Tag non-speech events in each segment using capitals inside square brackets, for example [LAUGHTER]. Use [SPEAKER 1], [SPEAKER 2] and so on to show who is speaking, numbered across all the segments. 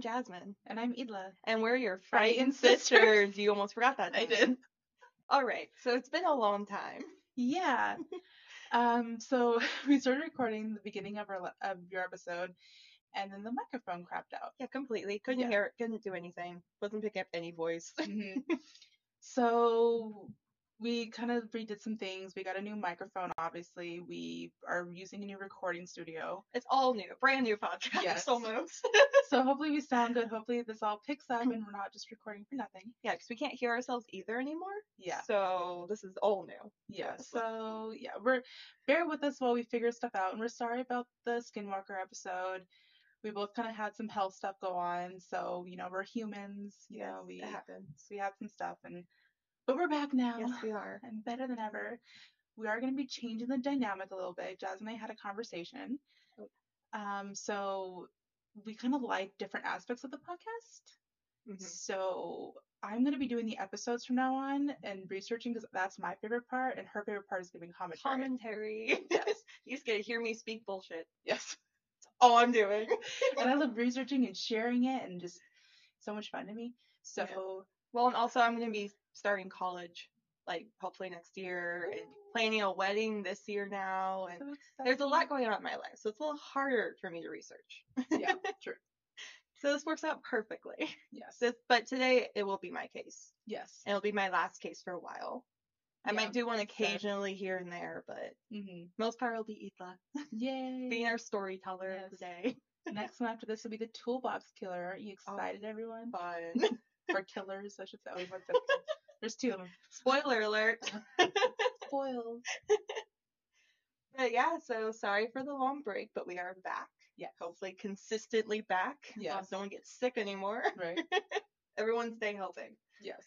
[SPEAKER 1] Jasmine,
[SPEAKER 2] And I'm Idla.
[SPEAKER 1] and we're your frightened
[SPEAKER 2] Frightened
[SPEAKER 1] sisters. You almost forgot that.
[SPEAKER 2] I
[SPEAKER 1] didn't you?
[SPEAKER 2] did.
[SPEAKER 1] All right, so it's been a long time.
[SPEAKER 2] Yeah. um. So [LAUGHS] we started recording the beginning of our le- of your episode, and then the microphone crapped out.
[SPEAKER 1] Yeah, completely. Couldn't
[SPEAKER 2] Yeah.
[SPEAKER 1] hear it. Couldn't do anything. Wasn't picking up any voice.
[SPEAKER 2] [LAUGHS] so we kind of redid some things. We got a new microphone. Obviously, we are using a new recording studio.
[SPEAKER 1] It's all new, brand new podcast
[SPEAKER 2] Yes.
[SPEAKER 1] almost.
[SPEAKER 2] so hopefully we sound good. Hopefully this all picks up and we're not just recording for nothing.
[SPEAKER 1] [LAUGHS] yeah, because we can't hear ourselves either anymore.
[SPEAKER 2] Yeah.
[SPEAKER 1] So this is all new.
[SPEAKER 2] Yeah.
[SPEAKER 1] Yes.
[SPEAKER 2] So yeah, we're bear with us while we figure stuff out, and we're sorry about the Skinwalker episode. We both kind of had some health stuff go on, so you know we're humans. You know we
[SPEAKER 1] it happened.
[SPEAKER 2] we had some stuff, and but we're back now
[SPEAKER 1] Yes, we [LAUGHS] are.
[SPEAKER 2] [LAUGHS] and better than ever. We are going to be changing the dynamic a little bit. Jazz and I had a conversation,
[SPEAKER 1] Oh.
[SPEAKER 2] um, so we kind of like different aspects of the podcast. Mm-hmm.
[SPEAKER 1] Mhm.
[SPEAKER 2] So I'm gonna be doing the episodes from now on and researching because that's my favorite part, and her favorite part is giving commentary.
[SPEAKER 1] Commentary.
[SPEAKER 2] [LAUGHS]
[SPEAKER 1] [LAUGHS]
[SPEAKER 2] Yes. [LAUGHS]
[SPEAKER 1] you just get to hear me speak bullshit.
[SPEAKER 2] yes.
[SPEAKER 1] All Oh, I'm doing.
[SPEAKER 2] and I love researching and sharing it, and just so much fun to me. So
[SPEAKER 1] Well, and also I'm going to be starting college, like hopefully next year, and planning a wedding this year now, and
[SPEAKER 2] so
[SPEAKER 1] there's a lot
[SPEAKER 2] exciting.
[SPEAKER 1] going on in my life, so it's a little harder for me to research.
[SPEAKER 2] [LAUGHS] yeah, true.
[SPEAKER 1] So this works out perfectly. [LAUGHS]
[SPEAKER 2] Yes.
[SPEAKER 1] So, but today it will be my case,
[SPEAKER 2] Yes.
[SPEAKER 1] and it'll be my last case for a while. I
[SPEAKER 2] Yeah,
[SPEAKER 1] might do one
[SPEAKER 2] fair.
[SPEAKER 1] occasionally here and there, but
[SPEAKER 2] Mm-hmm.
[SPEAKER 1] most part it'll be Itla
[SPEAKER 2] Yay.
[SPEAKER 1] being our storyteller
[SPEAKER 2] Yes.
[SPEAKER 1] today.
[SPEAKER 2] Next one after this will be the toolbox killer. Are you excited, [LAUGHS]
[SPEAKER 1] [LAUGHS]
[SPEAKER 2] everyone?
[SPEAKER 1] Fun. [LAUGHS]
[SPEAKER 2] For killers, I should say. Oh, what's that? There's two [LAUGHS] of them.
[SPEAKER 1] Spoiler alert.
[SPEAKER 2] Spoils.
[SPEAKER 1] But yeah, so sorry for the long break, but we are back.
[SPEAKER 2] Yes.
[SPEAKER 1] Hopefully consistently back. Yeah.
[SPEAKER 2] Yes.
[SPEAKER 1] If no one gets sick anymore.
[SPEAKER 2] [LAUGHS] Right.
[SPEAKER 1] Everyone stay healthy.
[SPEAKER 2] Yes.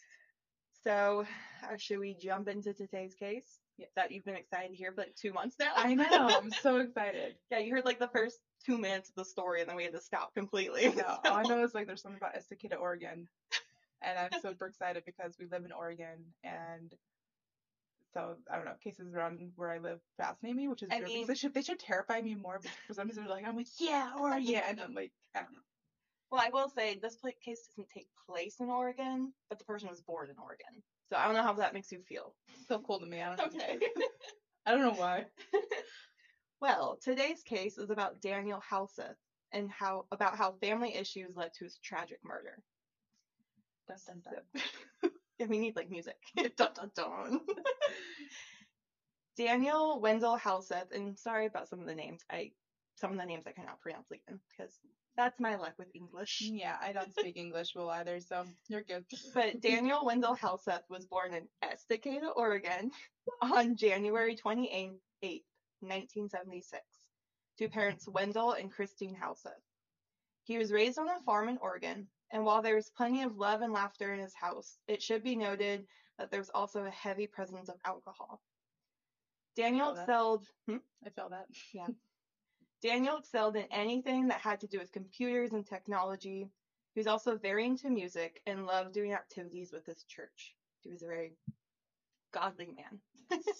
[SPEAKER 1] So uh, should we jump into today's case?
[SPEAKER 2] Yes.
[SPEAKER 1] That you've been excited to hear for like two months now.
[SPEAKER 2] I know. I'm so excited.
[SPEAKER 1] yeah, you heard like the first two minutes of the story and then we had to stop [LAUGHS] completely.
[SPEAKER 2] Yeah,
[SPEAKER 1] So-
[SPEAKER 2] all I know is like there's something about Estacada, Oregon, and I'm super excited because we live in Oregon, and so I don't know cases around where I live fascinate me, which is
[SPEAKER 1] I
[SPEAKER 2] weird
[SPEAKER 1] mean-
[SPEAKER 2] because they should they should terrify me more because for some reason like I'm like yeah Oregon, and I'm like I don't know.
[SPEAKER 1] Well, I will say this pla- case doesn't take place in Oregon, but the person was born in Oregon. So I don't know how that makes you feel.
[SPEAKER 2] It's so cool to me. I don't know. I don't know why.
[SPEAKER 1] [LAUGHS] well, today's case is about Daniel Houseth and how about how family issues led to his tragic murder.
[SPEAKER 2] Dun, dun, dun.
[SPEAKER 1] [LAUGHS] So- Yeah, we need like music. [LAUGHS] dun, dun, dun. [LAUGHS] Daniel Wendell Houseth, and sorry about some of the names. I some of the names I cannot pronounce again because that's my luck with English.
[SPEAKER 2] Yeah, I don't speak English well either, so you're good.
[SPEAKER 1] But Daniel Wendell Houseth was born in Estacada, Oregon on January 28, 1976, to parents Wendell and Christine Houseth. He was raised on a farm in Oregon, and while there was plenty of love and laughter in his house, it should be noted that there was also a heavy presence of alcohol. Daniel
[SPEAKER 2] Oh, that-
[SPEAKER 1] excelled. Hmm?
[SPEAKER 2] I feel that.
[SPEAKER 1] Daniel excelled in anything that had to do with computers and technology. He was also very into music and loved doing activities with his church. He was a very godly man. [LAUGHS]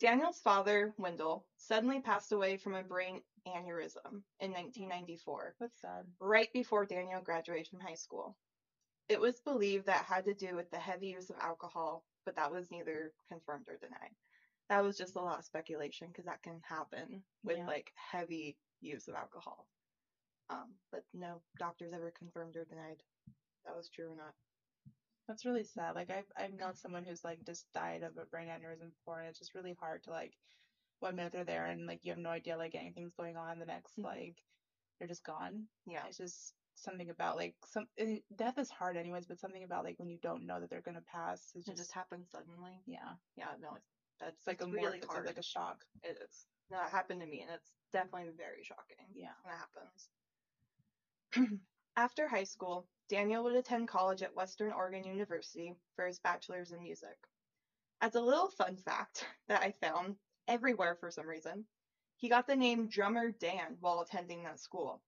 [SPEAKER 1] Daniel's father, Wendell, suddenly passed away from a brain aneurysm in 1994,
[SPEAKER 2] That's sad.
[SPEAKER 1] right before Daniel graduated from high school. It was believed that had to do with the heavy use of alcohol, but that was neither confirmed or denied. That was just a lot of speculation because that can happen with
[SPEAKER 2] Yeah.
[SPEAKER 1] like heavy use of alcohol. Um, but no doctors ever confirmed or denied that was true or not.
[SPEAKER 2] That's really sad. Like I've I've
[SPEAKER 1] Mm.
[SPEAKER 2] known someone who's like just died of a brain aneurysm before, and it's just really hard to like one minute they're there and like you have no idea like anything's going on. The next
[SPEAKER 1] Mhm.
[SPEAKER 2] like they're just gone.
[SPEAKER 1] Yeah.
[SPEAKER 2] It's just something about like some eh, death is hard anyways, but something about like when you don't know that they're gonna pass. It's
[SPEAKER 1] It
[SPEAKER 2] just,
[SPEAKER 1] just happened suddenly.
[SPEAKER 2] yeah.
[SPEAKER 1] Yeah, no, it's, that's
[SPEAKER 2] It's like a
[SPEAKER 1] really
[SPEAKER 2] more,
[SPEAKER 1] hard.
[SPEAKER 2] It's like
[SPEAKER 1] [LAUGHS]
[SPEAKER 2] a shock. [LAUGHS]
[SPEAKER 1] It is. No, it happened to me, and it's definitely very shocking
[SPEAKER 2] Yeah.
[SPEAKER 1] when it happens. [CLEARS THROAT] After high school, Daniel would attend college at Western Oregon University for his bachelor's in music. As a little fun fact [LAUGHS] that I found everywhere for some reason, he got the name Drummer Dan while attending that school.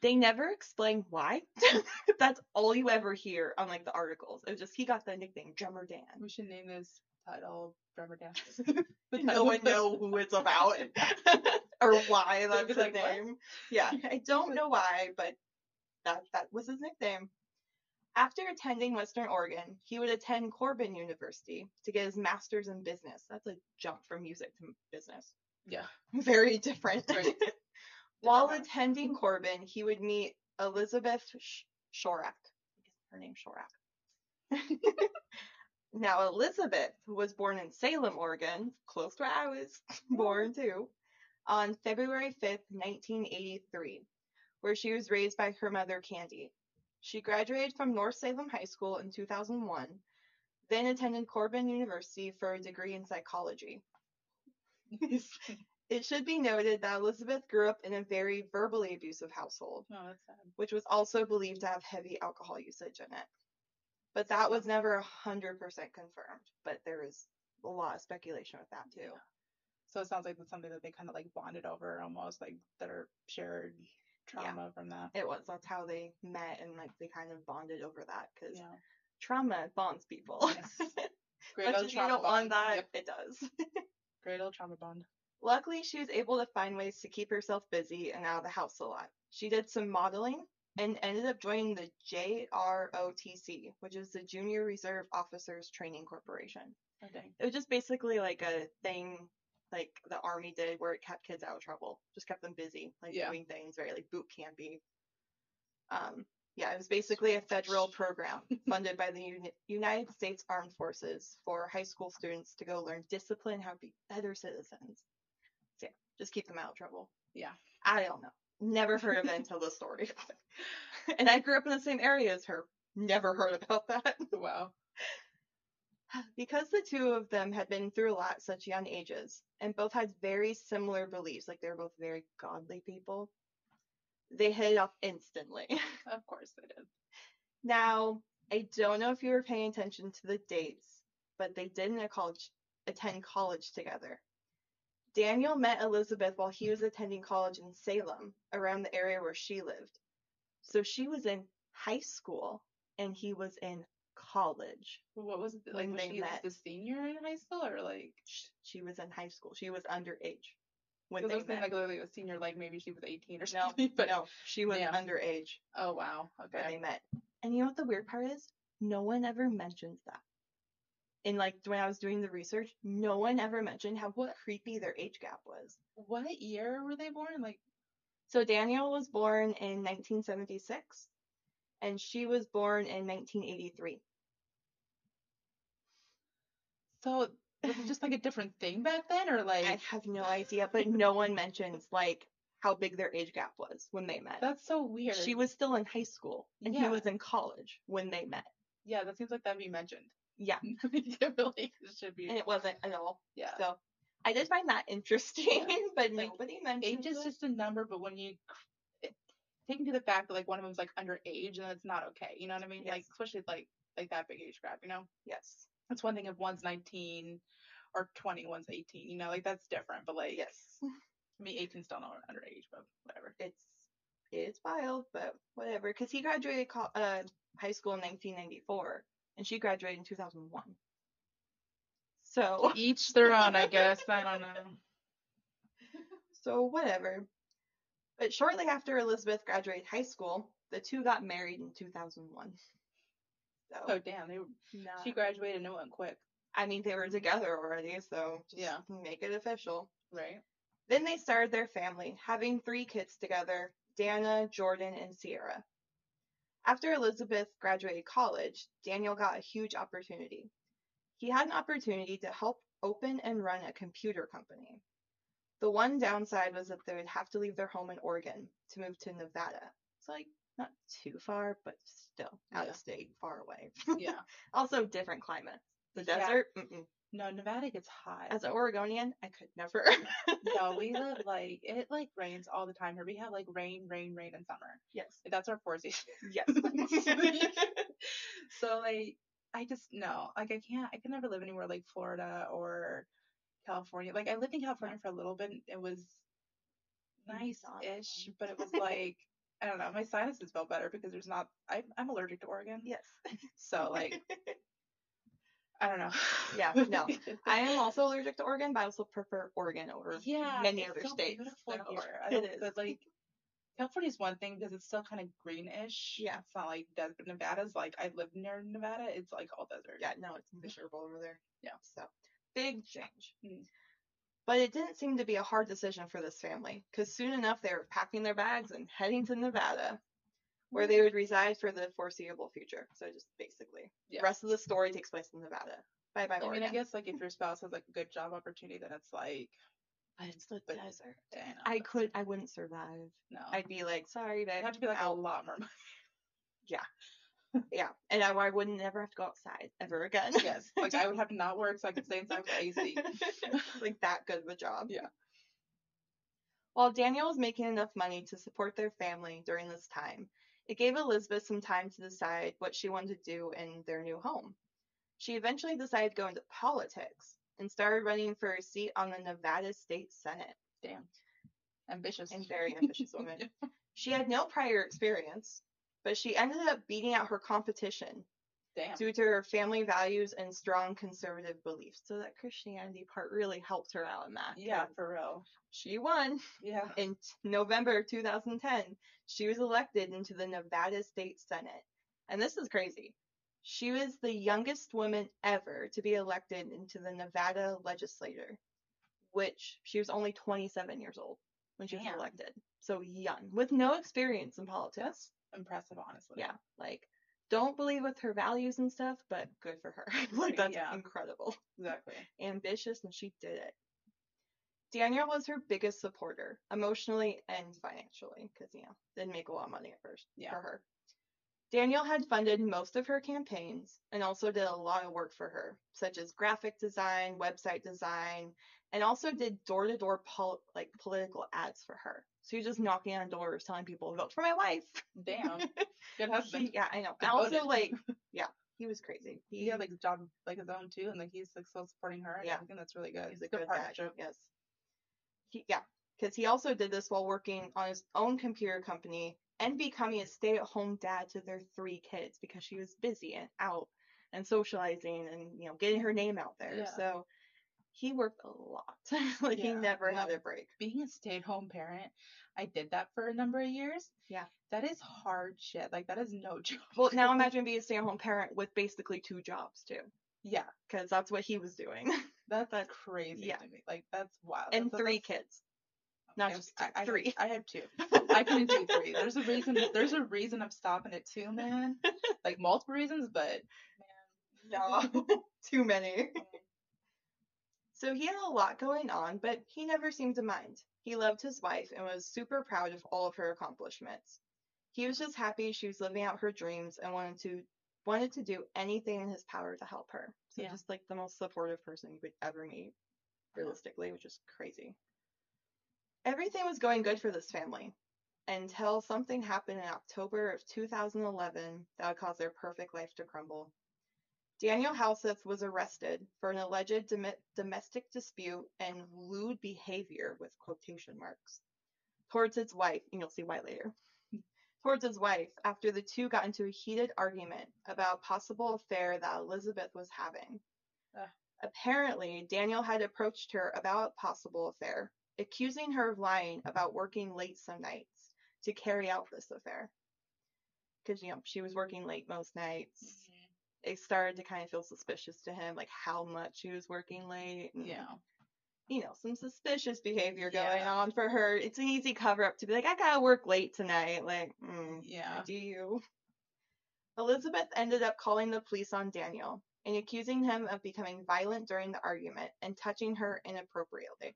[SPEAKER 1] They never explain why. [LAUGHS] That's all you ever hear on like the articles. It was just he got the nickname Drummer Dan.
[SPEAKER 2] we should name this title Drummer
[SPEAKER 1] [LAUGHS]
[SPEAKER 2] [LAUGHS] Down.
[SPEAKER 1] but no one
[SPEAKER 2] [LAUGHS]
[SPEAKER 1] know who it's about or why
[SPEAKER 2] They'll
[SPEAKER 1] that's
[SPEAKER 2] be
[SPEAKER 1] the
[SPEAKER 2] like, "What?"
[SPEAKER 1] name. Yeah, I don't know why, but That, that was his nickname. After attending Western Oregon, he would attend Corbin University to get his master's in business. That's a jump from music to business.
[SPEAKER 2] Yeah.
[SPEAKER 1] [LAUGHS] Very different. [LAUGHS]
[SPEAKER 2] Right.
[SPEAKER 1] While
[SPEAKER 2] Different.
[SPEAKER 1] attending Corbin, he would meet Elizabeth Sh- Shorak. Her name Shorak. now Elizabeth was born in Salem, Oregon, close to where I was [LAUGHS] born too, on February 5th, 1983, where she was raised by her mother Candy. She graduated from North Salem High School in 2001, then attended Corbin University for a degree in psychology. [LAUGHS] It should be noted that Elizabeth grew up in a very verbally abusive household,
[SPEAKER 2] Oh, that's sad.
[SPEAKER 1] which was also believed to have heavy alcohol usage in it. But that was never 100% confirmed, but there was a lot of speculation with that too.
[SPEAKER 2] So it sounds like that's something that they kind of like bonded over almost, like their shared trauma from that.
[SPEAKER 1] It was, that's how they met and like they kind of bonded over that
[SPEAKER 2] [LAUGHS]
[SPEAKER 1] because
[SPEAKER 2] Yeah.
[SPEAKER 1] trauma bonds [LAUGHS] people.
[SPEAKER 2] Yes. Great
[SPEAKER 1] Much
[SPEAKER 2] old
[SPEAKER 1] as you
[SPEAKER 2] trauma
[SPEAKER 1] don't want
[SPEAKER 2] bond.
[SPEAKER 1] that,
[SPEAKER 2] Yep.
[SPEAKER 1] it does. [LAUGHS]
[SPEAKER 2] Great old trauma bond.
[SPEAKER 1] Luckily, she was able to find ways to keep herself busy and out of the house a lot. She did some modeling and ended up joining the JROTC, which is the Junior Reserve Officers Training Corporation.
[SPEAKER 2] Oh,
[SPEAKER 1] [LAUGHS]
[SPEAKER 2] dang.
[SPEAKER 1] It was just basically like a thing like the army did where it kept kids out of trouble, just kept them busy, like
[SPEAKER 2] Yeah.
[SPEAKER 1] doing things very like boot campy. Um, yeah, it was basically a federal program [LAUGHS] funded by the Uni- United States Armed Forces for high school students to go learn discipline, how to be better citizens. So, yeah, just keep them out of trouble.
[SPEAKER 2] Yeah.
[SPEAKER 1] I don't know. Never heard
[SPEAKER 2] [LAUGHS]
[SPEAKER 1] of it until the story. [LAUGHS] and I grew up in the same area as her. Never heard about that.
[SPEAKER 2] Wow.
[SPEAKER 1] Because the two of them had been through a lot at such young ages, and both had very similar beliefs, like they were both very godly people, they hit it off instantly. [LAUGHS]
[SPEAKER 2] Of course they did.
[SPEAKER 1] now, I don't know if you were paying attention to the dates, but they didn't a college, attend college together. Daniel met Elizabeth while he was attending college in Salem, around the area where she lived. So she was in high school, and he was in college.
[SPEAKER 2] What was it like?
[SPEAKER 1] When
[SPEAKER 2] Was
[SPEAKER 1] they
[SPEAKER 2] she
[SPEAKER 1] met.
[SPEAKER 2] the senior in high school or like?
[SPEAKER 1] sh- she was in high school. She was underage when
[SPEAKER 2] Because I
[SPEAKER 1] they
[SPEAKER 2] was thinking
[SPEAKER 1] met.
[SPEAKER 2] like literally a senior, like maybe she was 18 or
[SPEAKER 1] no,
[SPEAKER 2] something. [LAUGHS] but
[SPEAKER 1] no, she was
[SPEAKER 2] Yeah.
[SPEAKER 1] underage
[SPEAKER 2] oh wow,
[SPEAKER 1] when
[SPEAKER 2] okay,
[SPEAKER 1] they met. And you know what the weird part is? No one ever mentions that. And like when I was doing the research, no one ever mentioned how
[SPEAKER 2] What?
[SPEAKER 1] creepy their age gap was.
[SPEAKER 2] what year were they born? Like
[SPEAKER 1] So Daniel was born in 1976, and she was born in 1983.
[SPEAKER 2] so was it just like a different thing back then, or like
[SPEAKER 1] I have no idea, but no one mentions like how big their age gap was when they met.
[SPEAKER 2] that's so weird.
[SPEAKER 1] She was still in high school, and he
[SPEAKER 2] Yeah.
[SPEAKER 1] was in college when they met.
[SPEAKER 2] yeah, that seems like that'd be mentioned. [LAUGHS]
[SPEAKER 1] Yeah.
[SPEAKER 2] yeah, but like it should be.
[SPEAKER 1] and it wasn't at all.
[SPEAKER 2] yeah,
[SPEAKER 1] So I did find that interesting, [LAUGHS] but
[SPEAKER 2] Like,
[SPEAKER 1] nobody mentioned
[SPEAKER 2] age is
[SPEAKER 1] it.
[SPEAKER 2] just a number, but when you c- it, take into the fact that like one of them's like underage, then it's not okay. You know what I mean? Like
[SPEAKER 1] Yes.
[SPEAKER 2] especially like like that big age gap. You know.
[SPEAKER 1] Yes,
[SPEAKER 2] it's one thing if one's 19 or 20, one's 18, you know, like that's different, but like,
[SPEAKER 1] yes,
[SPEAKER 2] I mean, 18 still not underage, but whatever. [LAUGHS]
[SPEAKER 1] it's it's wild, but whatever. Because he graduated co- uh, high school in 1994, and she graduated in 2001. So [LAUGHS]
[SPEAKER 2] Each their own, I guess. I don't [LAUGHS] know.
[SPEAKER 1] so whatever. But shortly after Elizabeth graduated high school, the two got married in 2001. So
[SPEAKER 2] Oh, damn. They,
[SPEAKER 1] nah.
[SPEAKER 2] she graduated and it went quick,
[SPEAKER 1] I mean, they were together already, so just
[SPEAKER 2] Yeah.
[SPEAKER 1] make it official.
[SPEAKER 2] [LAUGHS] right?
[SPEAKER 1] Then they started their family, having three kids together Dana, Jordan, and Sierra. After Elizabeth graduated college, Daniel got a huge opportunity. He had an opportunity to help open and run a computer company. The one downside was that they would have to leave their home in Oregon to move to Nevada. It's like not too far, but still out
[SPEAKER 2] Yeah.
[SPEAKER 1] of state, far away.
[SPEAKER 2] Yeah.
[SPEAKER 1] also, different climate. The
[SPEAKER 2] Yeah.
[SPEAKER 1] desert, mm-mm.
[SPEAKER 2] No, Nevada gets hot.
[SPEAKER 1] as an Oregonian, I could never. [LAUGHS]
[SPEAKER 2] no, we [LAUGHS] live like, it like rains all the time here. We have like rain, rain, rain in summer.
[SPEAKER 1] yes,
[SPEAKER 2] That's our four [LAUGHS] seasons.
[SPEAKER 1] yes.
[SPEAKER 2] so like I just no, like I can't I could never live anywhere like Florida or California. Like I lived in California for a little bit. and It was
[SPEAKER 1] Not
[SPEAKER 2] nice ish,
[SPEAKER 1] [LAUGHS]
[SPEAKER 2] but it was like I don't know, my sinuses felt better because there's not I I'm allergic to Oregon.
[SPEAKER 1] Yes.
[SPEAKER 2] So
[SPEAKER 1] [LAUGHS]
[SPEAKER 2] like I don't know. [LAUGHS]
[SPEAKER 1] Yeah, no. I am also allergic to Oregon, but I also prefer Oregon over
[SPEAKER 2] yeah,
[SPEAKER 1] many
[SPEAKER 2] it's
[SPEAKER 1] other
[SPEAKER 2] so
[SPEAKER 1] states.
[SPEAKER 2] Beautiful
[SPEAKER 1] so-
[SPEAKER 2] here. I
[SPEAKER 1] It
[SPEAKER 2] don't-
[SPEAKER 1] is.
[SPEAKER 2] But like California's one thing because it's still kind of greenish.
[SPEAKER 1] Yeah.
[SPEAKER 2] It's not like desert. Nevada's like I live near Nevada. It's like all desert.
[SPEAKER 1] Yeah, no, it's miserable over there.
[SPEAKER 2] Yeah.
[SPEAKER 1] So big change.
[SPEAKER 2] Mm.
[SPEAKER 1] But it didn't seem to be a hard decision for this family because soon enough they were packing their bags and heading to Nevada where they would reside for the foreseeable future. So just basically,
[SPEAKER 2] Yeah.
[SPEAKER 1] the rest of the story takes place in Nevada. Bye bye,
[SPEAKER 2] I
[SPEAKER 1] Oregon.
[SPEAKER 2] mean, I guess like if your spouse has like a good job opportunity, then it's like
[SPEAKER 1] but it's the
[SPEAKER 2] but-
[SPEAKER 1] desert.
[SPEAKER 2] eh, no,
[SPEAKER 1] I
[SPEAKER 2] that's-
[SPEAKER 1] could, I wouldn't survive.
[SPEAKER 2] no.
[SPEAKER 1] I'd be like, sorry, babe.
[SPEAKER 2] It'd have to be like a
[SPEAKER 1] out.
[SPEAKER 2] lot more money.
[SPEAKER 1] [LAUGHS]
[SPEAKER 2] [LAUGHS]
[SPEAKER 1] yeah, and I, I wouldn't never have to go outside ever again. [LAUGHS]
[SPEAKER 2] Yes. Like I would have to not work so I could stay inside for [LAUGHS] AC.
[SPEAKER 1] like that good of a job.
[SPEAKER 2] Yeah.
[SPEAKER 1] While Daniel was making enough money to support their family during this time, it gave Elizabeth some time to decide what she wanted to do in their new home. She eventually decided to go into politics and started running for a seat on the Nevada State Senate.
[SPEAKER 2] Ambitious.
[SPEAKER 1] And very
[SPEAKER 2] [LAUGHS]
[SPEAKER 1] ambitious woman. She had no prior experience, but she ended up beating out her competition
[SPEAKER 2] Damn.
[SPEAKER 1] due to her family values and strong conservative beliefs. So that Christianity part really helped her out in that.
[SPEAKER 2] Yeah, for real.
[SPEAKER 1] She won [LAUGHS]
[SPEAKER 2] Yeah.
[SPEAKER 1] in t- November 2010. She was elected into the Nevada State Senate. And this is crazy. She was the youngest woman ever to be elected into the Nevada legislature, which she was only 27 years old when she was
[SPEAKER 2] Damn.
[SPEAKER 1] elected. So young, with no experience in politics.
[SPEAKER 2] Impressive, honestly.
[SPEAKER 1] Yeah, like don't believe with her values and stuff, but good for her. [LAUGHS] like that's
[SPEAKER 2] Yeah.
[SPEAKER 1] incredible.
[SPEAKER 2] Exactly.
[SPEAKER 1] [LAUGHS] Ambitious and she did it. Daniel was her biggest supporter, emotionally and financially, because you know, didn't make a lot of money at first
[SPEAKER 2] Yeah.
[SPEAKER 1] for her. Daniel had funded most of her campaigns and also did a lot of work for her, such as graphic design, website design, and also did door-to-door pol- like political ads for her. So he was just knocking on doors, telling people, "Vote for my wife."
[SPEAKER 2] Damn. Good husband.
[SPEAKER 1] He- yeah, I know. And also,
[SPEAKER 2] Devoted. [LAUGHS]
[SPEAKER 1] like, yeah, he was crazy. He,
[SPEAKER 2] He had like a job like his own too, and like he's like still supporting her.
[SPEAKER 1] Yeah.
[SPEAKER 2] Yeah, I think that's really good.
[SPEAKER 1] he's
[SPEAKER 2] good,
[SPEAKER 1] guy,
[SPEAKER 2] partnership.
[SPEAKER 1] Yes. He, yeah, because he also did this while working on his own computer company and becoming a stay-at-home dad to their three kids because she was busy and out and socializing and you know getting her name out there.
[SPEAKER 2] Yeah.
[SPEAKER 1] So he worked a lot. [LAUGHS] like he
[SPEAKER 2] Yeah,
[SPEAKER 1] never had
[SPEAKER 2] yeah.
[SPEAKER 1] a break.
[SPEAKER 2] Being a stay-at-home parent, I did that for a number of years.
[SPEAKER 1] Yeah.
[SPEAKER 2] that is hard shit. Like that is no [LAUGHS] joke.
[SPEAKER 1] Well, now imagine being a stay-at-home parent with basically two jobs too,
[SPEAKER 2] yeah,
[SPEAKER 1] because that's what he was doing,
[SPEAKER 2] that's
[SPEAKER 1] That's-
[SPEAKER 2] crazy
[SPEAKER 1] yeah.
[SPEAKER 2] to me. Like that's wild.
[SPEAKER 1] [LAUGHS] and
[SPEAKER 2] That's-
[SPEAKER 1] three
[SPEAKER 2] that's-
[SPEAKER 1] kids. not
[SPEAKER 2] I-
[SPEAKER 1] just
[SPEAKER 2] I- I, had-
[SPEAKER 1] three.
[SPEAKER 2] I have two. [LAUGHS] I couldn't do three. There's a reason. There's a reason I'm stopping at two, man. Like multiple reasons, [LAUGHS] but
[SPEAKER 1] No, [LAUGHS] too many. So he had a lot going on, but he never seemed to mind. He loved his wife and was super proud of all of her accomplishments. He was just happy she was living out her dreams and wanted to wanted to do anything in his power to help her. So
[SPEAKER 2] Yeah.
[SPEAKER 1] just like the most supportive person you would ever meet, realistically, which is crazy. Everything was going good for this family until something happened in October of 2011 that would cause their perfect life to crumble. Daniel Houseth was arrested for an alleged dom- domestic dispute and lewd behavior with quotation marks towards his wife, and you'll see why later. [LAUGHS] towards his wife after the two got into a heated argument about a possible affair that Elizabeth was having.
[SPEAKER 2] Ugh.
[SPEAKER 1] Apparently, Daniel had approached her about a possible affair, accusing her of lying about working late some nights to carry out this affair. Because, you know, she was working late most nights it started to kind of feel suspicious to him, like how much he was working late. and,
[SPEAKER 2] [LAUGHS] [LAUGHS] yeah,
[SPEAKER 1] You know, some suspicious behavior
[SPEAKER 2] Yeah.
[SPEAKER 1] going on for her. It's an easy cover up to be like, I gotta work late tonight. Like, mm,
[SPEAKER 2] yeah.
[SPEAKER 1] do you? Elizabeth ended up calling the police on Daniel and accusing him of becoming violent during the argument and touching her inappropriately.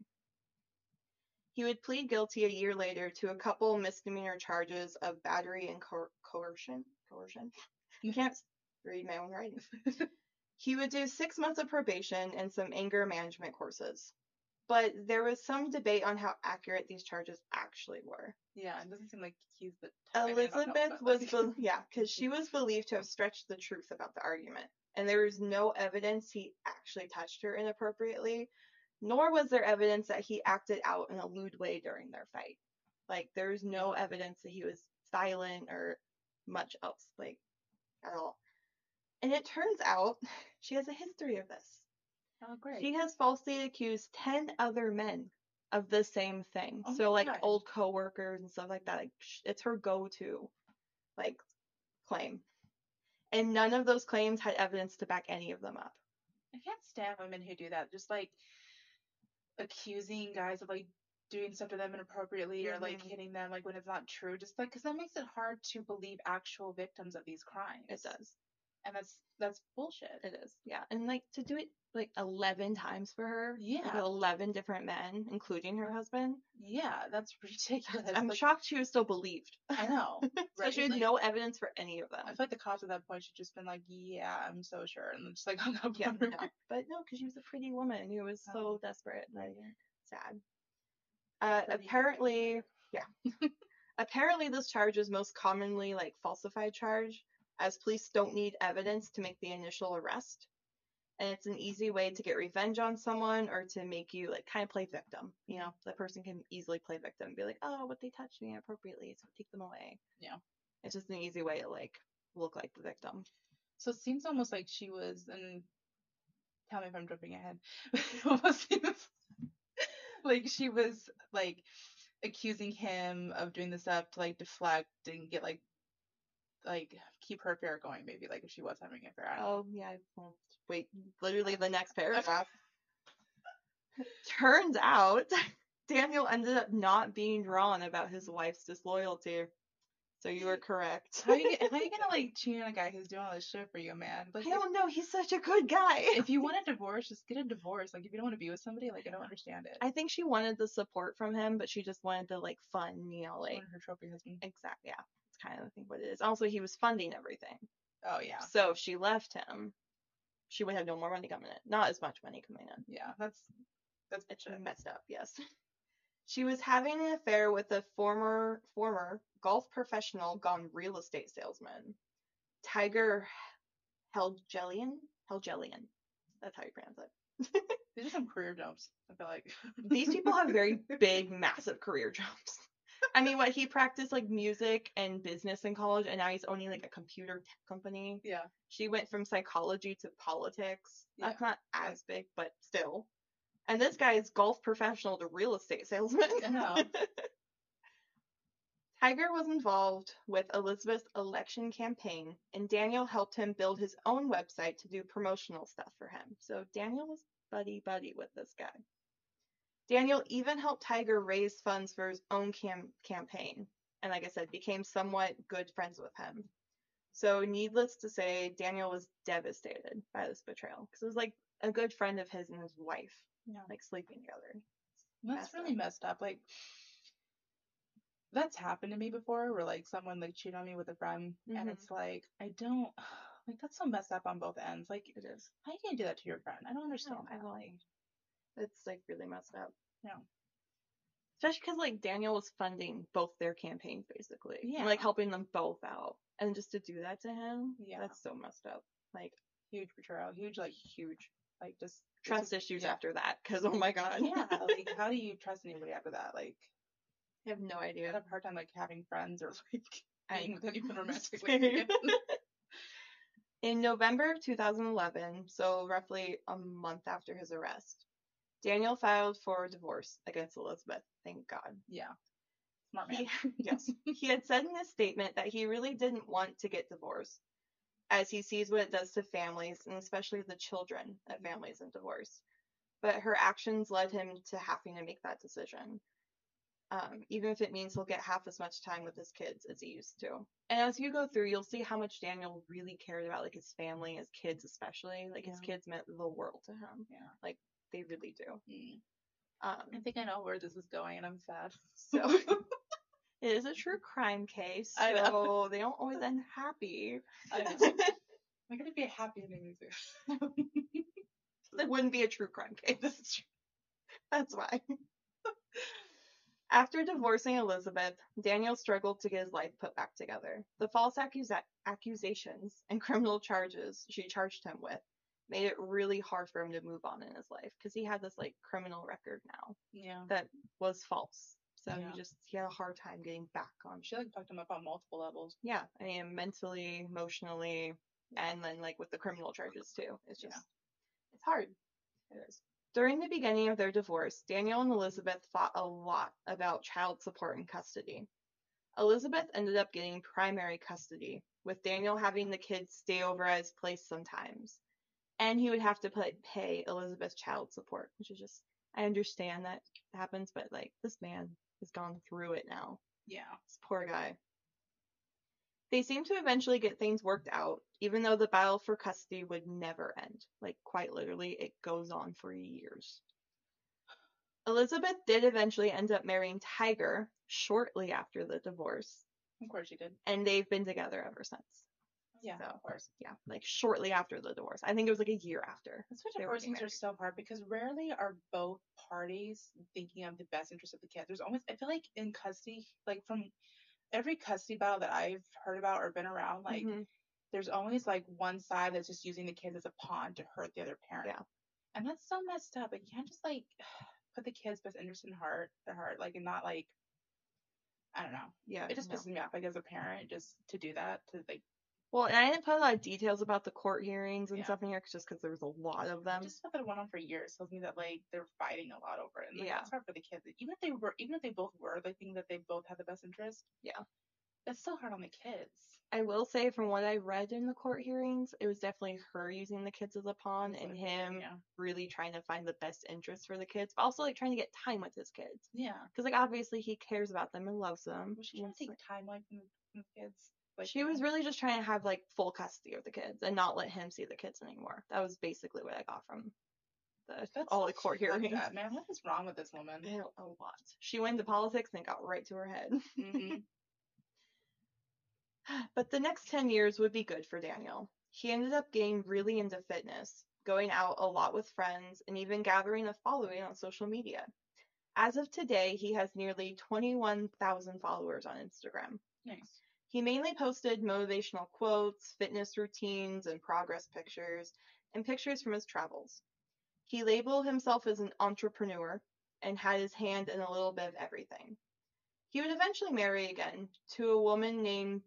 [SPEAKER 1] He would plead guilty a year later to a couple misdemeanor charges of battery and coer coercion. Coercion. I can't read my own writing. [LAUGHS] he would do six months of probation and some anger management courses. But there was some debate on how accurate these charges actually were.
[SPEAKER 2] Yeah, it doesn't seem like he's the. I mean, I don't know,
[SPEAKER 1] Elizabeth
[SPEAKER 2] but, [LAUGHS]
[SPEAKER 1] was,
[SPEAKER 2] like-
[SPEAKER 1] bel yeah, because she was believed to have stretched the truth about the argument, and there was no evidence he actually touched her inappropriately, nor was there evidence that he acted out in a lewd way during their fight. Like, there was no evidence that he was violent or much else, like, at all. And it turns out [LAUGHS] she has a history of this.
[SPEAKER 2] Oh great.
[SPEAKER 1] She has falsely accused 10 other men of the same thing.
[SPEAKER 2] Oh
[SPEAKER 1] so
[SPEAKER 2] my
[SPEAKER 1] like
[SPEAKER 2] God.
[SPEAKER 1] old coworkers and stuff like that. Like sh- it's her go-to like claim. And none of those claims had evidence to back any of them up.
[SPEAKER 2] I can't stand women who do that. Just like accusing guys of like doing stuff to them inappropriately or like
[SPEAKER 1] Mhm.
[SPEAKER 2] hitting them like when it's not true. Just like because that makes it hard to believe actual victims of these crimes.
[SPEAKER 1] It does.
[SPEAKER 2] and that's that's bullshit.
[SPEAKER 1] It is. Yeah. And like to do it like 11 times for her. like,
[SPEAKER 2] Yeah.
[SPEAKER 1] with 11 different men, including her husband.
[SPEAKER 2] Yeah, that's [LAUGHS] ridiculous.
[SPEAKER 1] I'm
[SPEAKER 2] Like,
[SPEAKER 1] shocked she was still believed.
[SPEAKER 2] I [LAUGHS] know.
[SPEAKER 1] So she had
[SPEAKER 2] Like,
[SPEAKER 1] no evidence for any of them.
[SPEAKER 2] I feel like the cops at that point should just been like, "Yeah, I'm so sure," and just like [LAUGHS] hung up
[SPEAKER 1] [LAUGHS] yeah,
[SPEAKER 2] on
[SPEAKER 1] no.
[SPEAKER 2] her.
[SPEAKER 1] but no, because she was a pretty woman who was so
[SPEAKER 2] Oh.
[SPEAKER 1] desperate and sad. Uh,
[SPEAKER 2] Pretty.
[SPEAKER 1] apparently, yeah. apparently, this charge is most commonly like falsified charge, as police don't need evidence to make the initial arrest, and it's an easy way to get revenge on someone or to make you like kind of play victim. You know, the person can easily play victim and be like, "Oh, but they touched me inappropriately, so take them away."
[SPEAKER 2] Yeah.
[SPEAKER 1] it's just an easy way to like look like the victim.
[SPEAKER 2] So it seems almost like she was, and tell me if I'm jumping ahead. [LAUGHS] but it almost seems [LAUGHS] like she was like accusing him of doing this up to like deflect and get like like keep her affair going maybe like if she was having an affair. I don't know.
[SPEAKER 1] Oh yeah. well, Wait, literally the next
[SPEAKER 2] Oh,
[SPEAKER 1] paragraph. Turns out [LAUGHS] Daniel ended up not being drawn about his wife's disloyalty. So you were correct.
[SPEAKER 2] How you how you gonna like cheat on a guy who's doing all this shit for you, man?
[SPEAKER 1] [LAUGHS]
[SPEAKER 2] Like,
[SPEAKER 1] I don't know. He's such a good guy.
[SPEAKER 2] if you want a divorce, just get a divorce. Like if you don't want to be with somebody, like I don't understand it.
[SPEAKER 1] [LAUGHS] I think she wanted the support from him, but she just wanted the like fun, you know,
[SPEAKER 2] I
[SPEAKER 1] like
[SPEAKER 2] want her trophy husband.
[SPEAKER 1] exact. Yeah, it's kind of I think what it is. Also, he was funding everything,
[SPEAKER 2] Oh yeah,
[SPEAKER 1] so if she left him, she would have no more money coming in. Not as much money coming in.
[SPEAKER 2] yeah. That's that's
[SPEAKER 1] It's
[SPEAKER 2] bullshit.
[SPEAKER 1] messed up, yes. [LAUGHS] She was having an affair with a former former golf professional gone real estate salesman, Tiger Helgelian. Helgelian. That's how you pronounce it.
[SPEAKER 2] These are some career jumps. I feel like [LAUGHS]
[SPEAKER 1] These people have very big, massive career jumps. I mean, what he practiced like music and business in college, and now he's owning like a computer tech company.
[SPEAKER 2] yeah.
[SPEAKER 1] She went from psychology to politics. That's not
[SPEAKER 2] right.
[SPEAKER 1] as big, but still. And this guy is golf professional to real estate salesman. [LAUGHS]
[SPEAKER 2] I know.
[SPEAKER 1] Tiger was involved with Elizabeth's election campaign, and Daniel helped him build his own website to do promotional stuff for him. So Daniel was buddy buddy with this guy. Daniel even helped Tiger raise funds for his own cam- campaign, and like I said, became somewhat good friends with him. So, needless to say, Daniel was devastated by this betrayal because it was like a good friend of his and his wife,
[SPEAKER 2] Yeah.
[SPEAKER 1] like sleeping together.
[SPEAKER 2] That's
[SPEAKER 1] messed
[SPEAKER 2] really
[SPEAKER 1] up.
[SPEAKER 2] messed up. Like that's happened to me before where like someone like cheated on me with a friend and
[SPEAKER 1] Mhm.
[SPEAKER 2] it's like I don't [SIGHS] like that's so messed up on both ends. Like
[SPEAKER 1] It is.
[SPEAKER 2] how you gonna do that to your friend? I don't understand
[SPEAKER 1] I
[SPEAKER 2] that.
[SPEAKER 1] know.
[SPEAKER 2] Like
[SPEAKER 1] It's like really messed up.
[SPEAKER 2] Yeah.
[SPEAKER 1] Especially because like Daniel was funding both their campaigns basically. and,
[SPEAKER 2] Yeah.
[SPEAKER 1] like helping them both out. And just to do that to him,
[SPEAKER 2] Yeah.
[SPEAKER 1] that's so messed up. Like
[SPEAKER 2] huge betrayal, huge like huge like just it's
[SPEAKER 1] trust
[SPEAKER 2] a-
[SPEAKER 1] issues
[SPEAKER 2] yeah.
[SPEAKER 1] after that. Because oh my god.
[SPEAKER 2] [LAUGHS] yeah, like how do you trust anybody after that? Like
[SPEAKER 1] [LAUGHS] I have no
[SPEAKER 2] I
[SPEAKER 1] idea.
[SPEAKER 2] had a hard time like having friends or like
[SPEAKER 1] I
[SPEAKER 2] being with [LAUGHS] anyone romantically.
[SPEAKER 1] Same. In November of 2011, so roughly a month after his arrest, Daniel filed for divorce against Elizabeth. Thank God.
[SPEAKER 2] yeah. Smart man.
[SPEAKER 1] He, yes. He had said in his statement that he really didn't want to get divorced, as he sees what it does to families, and especially the children of families in divorce. But her actions led him to having to make that decision, um, even if it means he'll get half as much time with his kids as he used to. And as you go through, you'll see how much Daniel really cared about, like his family, his kids especially. Like his
[SPEAKER 2] Yeah.
[SPEAKER 1] kids meant the world to him.
[SPEAKER 2] Yeah.
[SPEAKER 1] Like they really do.
[SPEAKER 2] Mm. I
[SPEAKER 1] Um,
[SPEAKER 2] think I know where this is going and I'm [LAUGHS] sad.
[SPEAKER 1] so [LAUGHS] it [LAUGHS] is a true crime case.
[SPEAKER 2] I know.
[SPEAKER 1] So they don't always end happy.
[SPEAKER 2] I know. I'm gonna be a happy ending music.
[SPEAKER 1] It wouldn't be a true crime case. [LAUGHS] That's why. [LAUGHS] After divorcing Elizabeth, Daniel struggled to get his life put back together. The false accusa- accusations and criminal charges she charged him with made it really hard for him to move on in his life because he had this like criminal record now
[SPEAKER 2] yeah.
[SPEAKER 1] that was false. So
[SPEAKER 2] Yeah.
[SPEAKER 1] he just he had a hard time getting back on.
[SPEAKER 2] She like fucked him up on multiple levels.
[SPEAKER 1] Yeah, I mean mentally, emotionally, and then like with the criminal charges too. It's
[SPEAKER 2] Yeah.
[SPEAKER 1] just it's hard. It is. During the beginning of their divorce, Daniel and Elizabeth fought a lot about child support and custody. Elizabeth ended up getting primary custody, with Daniel having the kids stay over at his place sometimes. And he would have to pay, pay Elizabeth child support, which is just, I understand that happens, but like, this man has gone through it now.
[SPEAKER 2] Yeah.
[SPEAKER 1] This poor guy. They seem to eventually get things worked out, even though the battle for custody would never end. Like, quite literally, it goes on for years. Elizabeth did eventually end up marrying Tiger shortly after the divorce,
[SPEAKER 2] Of course you did.
[SPEAKER 1] and they've been together ever since.
[SPEAKER 2] Yeah,
[SPEAKER 1] So-
[SPEAKER 2] of course.
[SPEAKER 1] Yeah, like shortly after the divorce. I think it was like a year after.
[SPEAKER 2] That's why
[SPEAKER 1] They were
[SPEAKER 2] divorce
[SPEAKER 1] getting
[SPEAKER 2] things are so hard because rarely are both parties thinking of the best interest of the kid. There's always I feel like in custody, like from every custody battle that I've heard about or been around, like
[SPEAKER 1] Mhm.
[SPEAKER 2] there's always like one side that's just using the kids as a pawn to hurt the other parent.
[SPEAKER 1] Yeah.
[SPEAKER 2] And that's so messed up. Like you can't just like [SIGHS] put the kids' best interest in heart the heart, like and not like I don't know.
[SPEAKER 1] yeah,
[SPEAKER 2] It just
[SPEAKER 1] no.
[SPEAKER 2] pisses me off like as a parent just to do that to like
[SPEAKER 1] Well, and I didn't put a lot of details about the court hearings and
[SPEAKER 2] Yeah.
[SPEAKER 1] stuff in here 'cause- just because there was a lot of
[SPEAKER 2] I
[SPEAKER 1] them.
[SPEAKER 2] just stuff that went on for years tells me that like they're fighting a lot over it. And like,
[SPEAKER 1] Yeah.
[SPEAKER 2] that's hard for the kids. Even if they were, even if they both were, like think that they both had the best interest.
[SPEAKER 1] Yeah.
[SPEAKER 2] that's still hard on the kids.
[SPEAKER 1] I will say, from what I read in the court hearings, it was definitely her using the kids as a pawn
[SPEAKER 2] It's
[SPEAKER 1] and
[SPEAKER 2] like,
[SPEAKER 1] him
[SPEAKER 2] Yeah,
[SPEAKER 1] really trying to find the best interest for the kids, but also like trying to get time with his kids.
[SPEAKER 2] yeah.
[SPEAKER 1] Because like obviously he cares about them and loves them.
[SPEAKER 2] Was she
[SPEAKER 1] and
[SPEAKER 2] trying to
[SPEAKER 1] it's like-
[SPEAKER 2] take time away from the, from the kids? Like
[SPEAKER 1] she was really just trying to have like full custody of the kids and not let him see the kids anymore. That was basically what I got from the
[SPEAKER 2] That's
[SPEAKER 1] all the court hearings.
[SPEAKER 2] fucked
[SPEAKER 1] [LAUGHS]
[SPEAKER 2] up, Man, what is wrong with this woman?
[SPEAKER 1] Man, A lot. She went into politics and it got right to her head.
[SPEAKER 2] hmm
[SPEAKER 1] But the next 10 years would be good for Daniel. He ended up getting really into fitness, going out a lot with friends, and even gathering a following on social media. As of today, he has nearly 21,000 followers on Instagram.
[SPEAKER 2] Nice.
[SPEAKER 1] He mainly posted motivational quotes, fitness routines, and progress pictures, and pictures from his travels. He labeled himself as an entrepreneur and had his hand in a little bit of everything. He would eventually marry again to a woman named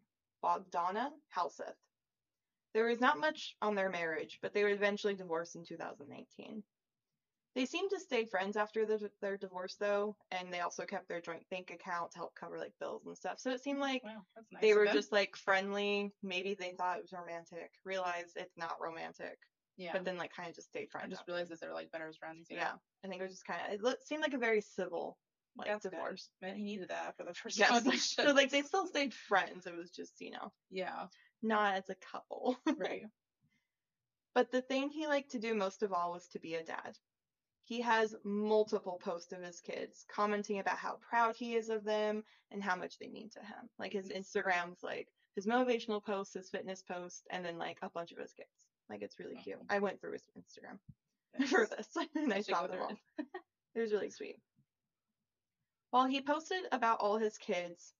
[SPEAKER 1] Bogdana Halseth. There was not much on their marriage, but they would eventually divorce in 2019. They seemed to stay friends after the, their divorce, though, and they also kept their joint bank account to help cover like bills and stuff. So it seemed like
[SPEAKER 2] Wow, that's nice.
[SPEAKER 1] they
[SPEAKER 2] of
[SPEAKER 1] were
[SPEAKER 2] them.
[SPEAKER 1] just like friendly. Maybe they thought it was romantic. Realized it's not romantic,
[SPEAKER 2] yeah.
[SPEAKER 1] but then like kind of just stayed
[SPEAKER 2] I
[SPEAKER 1] friends.
[SPEAKER 2] just
[SPEAKER 1] after.
[SPEAKER 2] realized that they're like better as friends.
[SPEAKER 1] yeah. I think it was just kind of. It looked, seemed like a very civil like
[SPEAKER 2] that's good.
[SPEAKER 1] divorce.
[SPEAKER 2] Man, he needed that for the first
[SPEAKER 1] Yes.
[SPEAKER 2] time. [LAUGHS] Like,
[SPEAKER 1] So
[SPEAKER 2] shit.
[SPEAKER 1] like they still stayed friends. It was just you know [LAUGHS]
[SPEAKER 2] yeah,
[SPEAKER 1] not as a couple.
[SPEAKER 2] right.
[SPEAKER 1] But the thing he liked to do most of all was to be a dad. He has multiple posts of his kids commenting about how proud he is of them and how much they mean to him. Like his Instagram's like his motivational posts, his fitness posts, and then like a bunch of his kids. Like it's really cute.
[SPEAKER 2] Oh.
[SPEAKER 1] I went through his Instagram [LAUGHS] for this [LAUGHS] and I
[SPEAKER 2] should
[SPEAKER 1] saw
[SPEAKER 2] go
[SPEAKER 1] them
[SPEAKER 2] through
[SPEAKER 1] all. It was really sweet. While he posted about all his kids,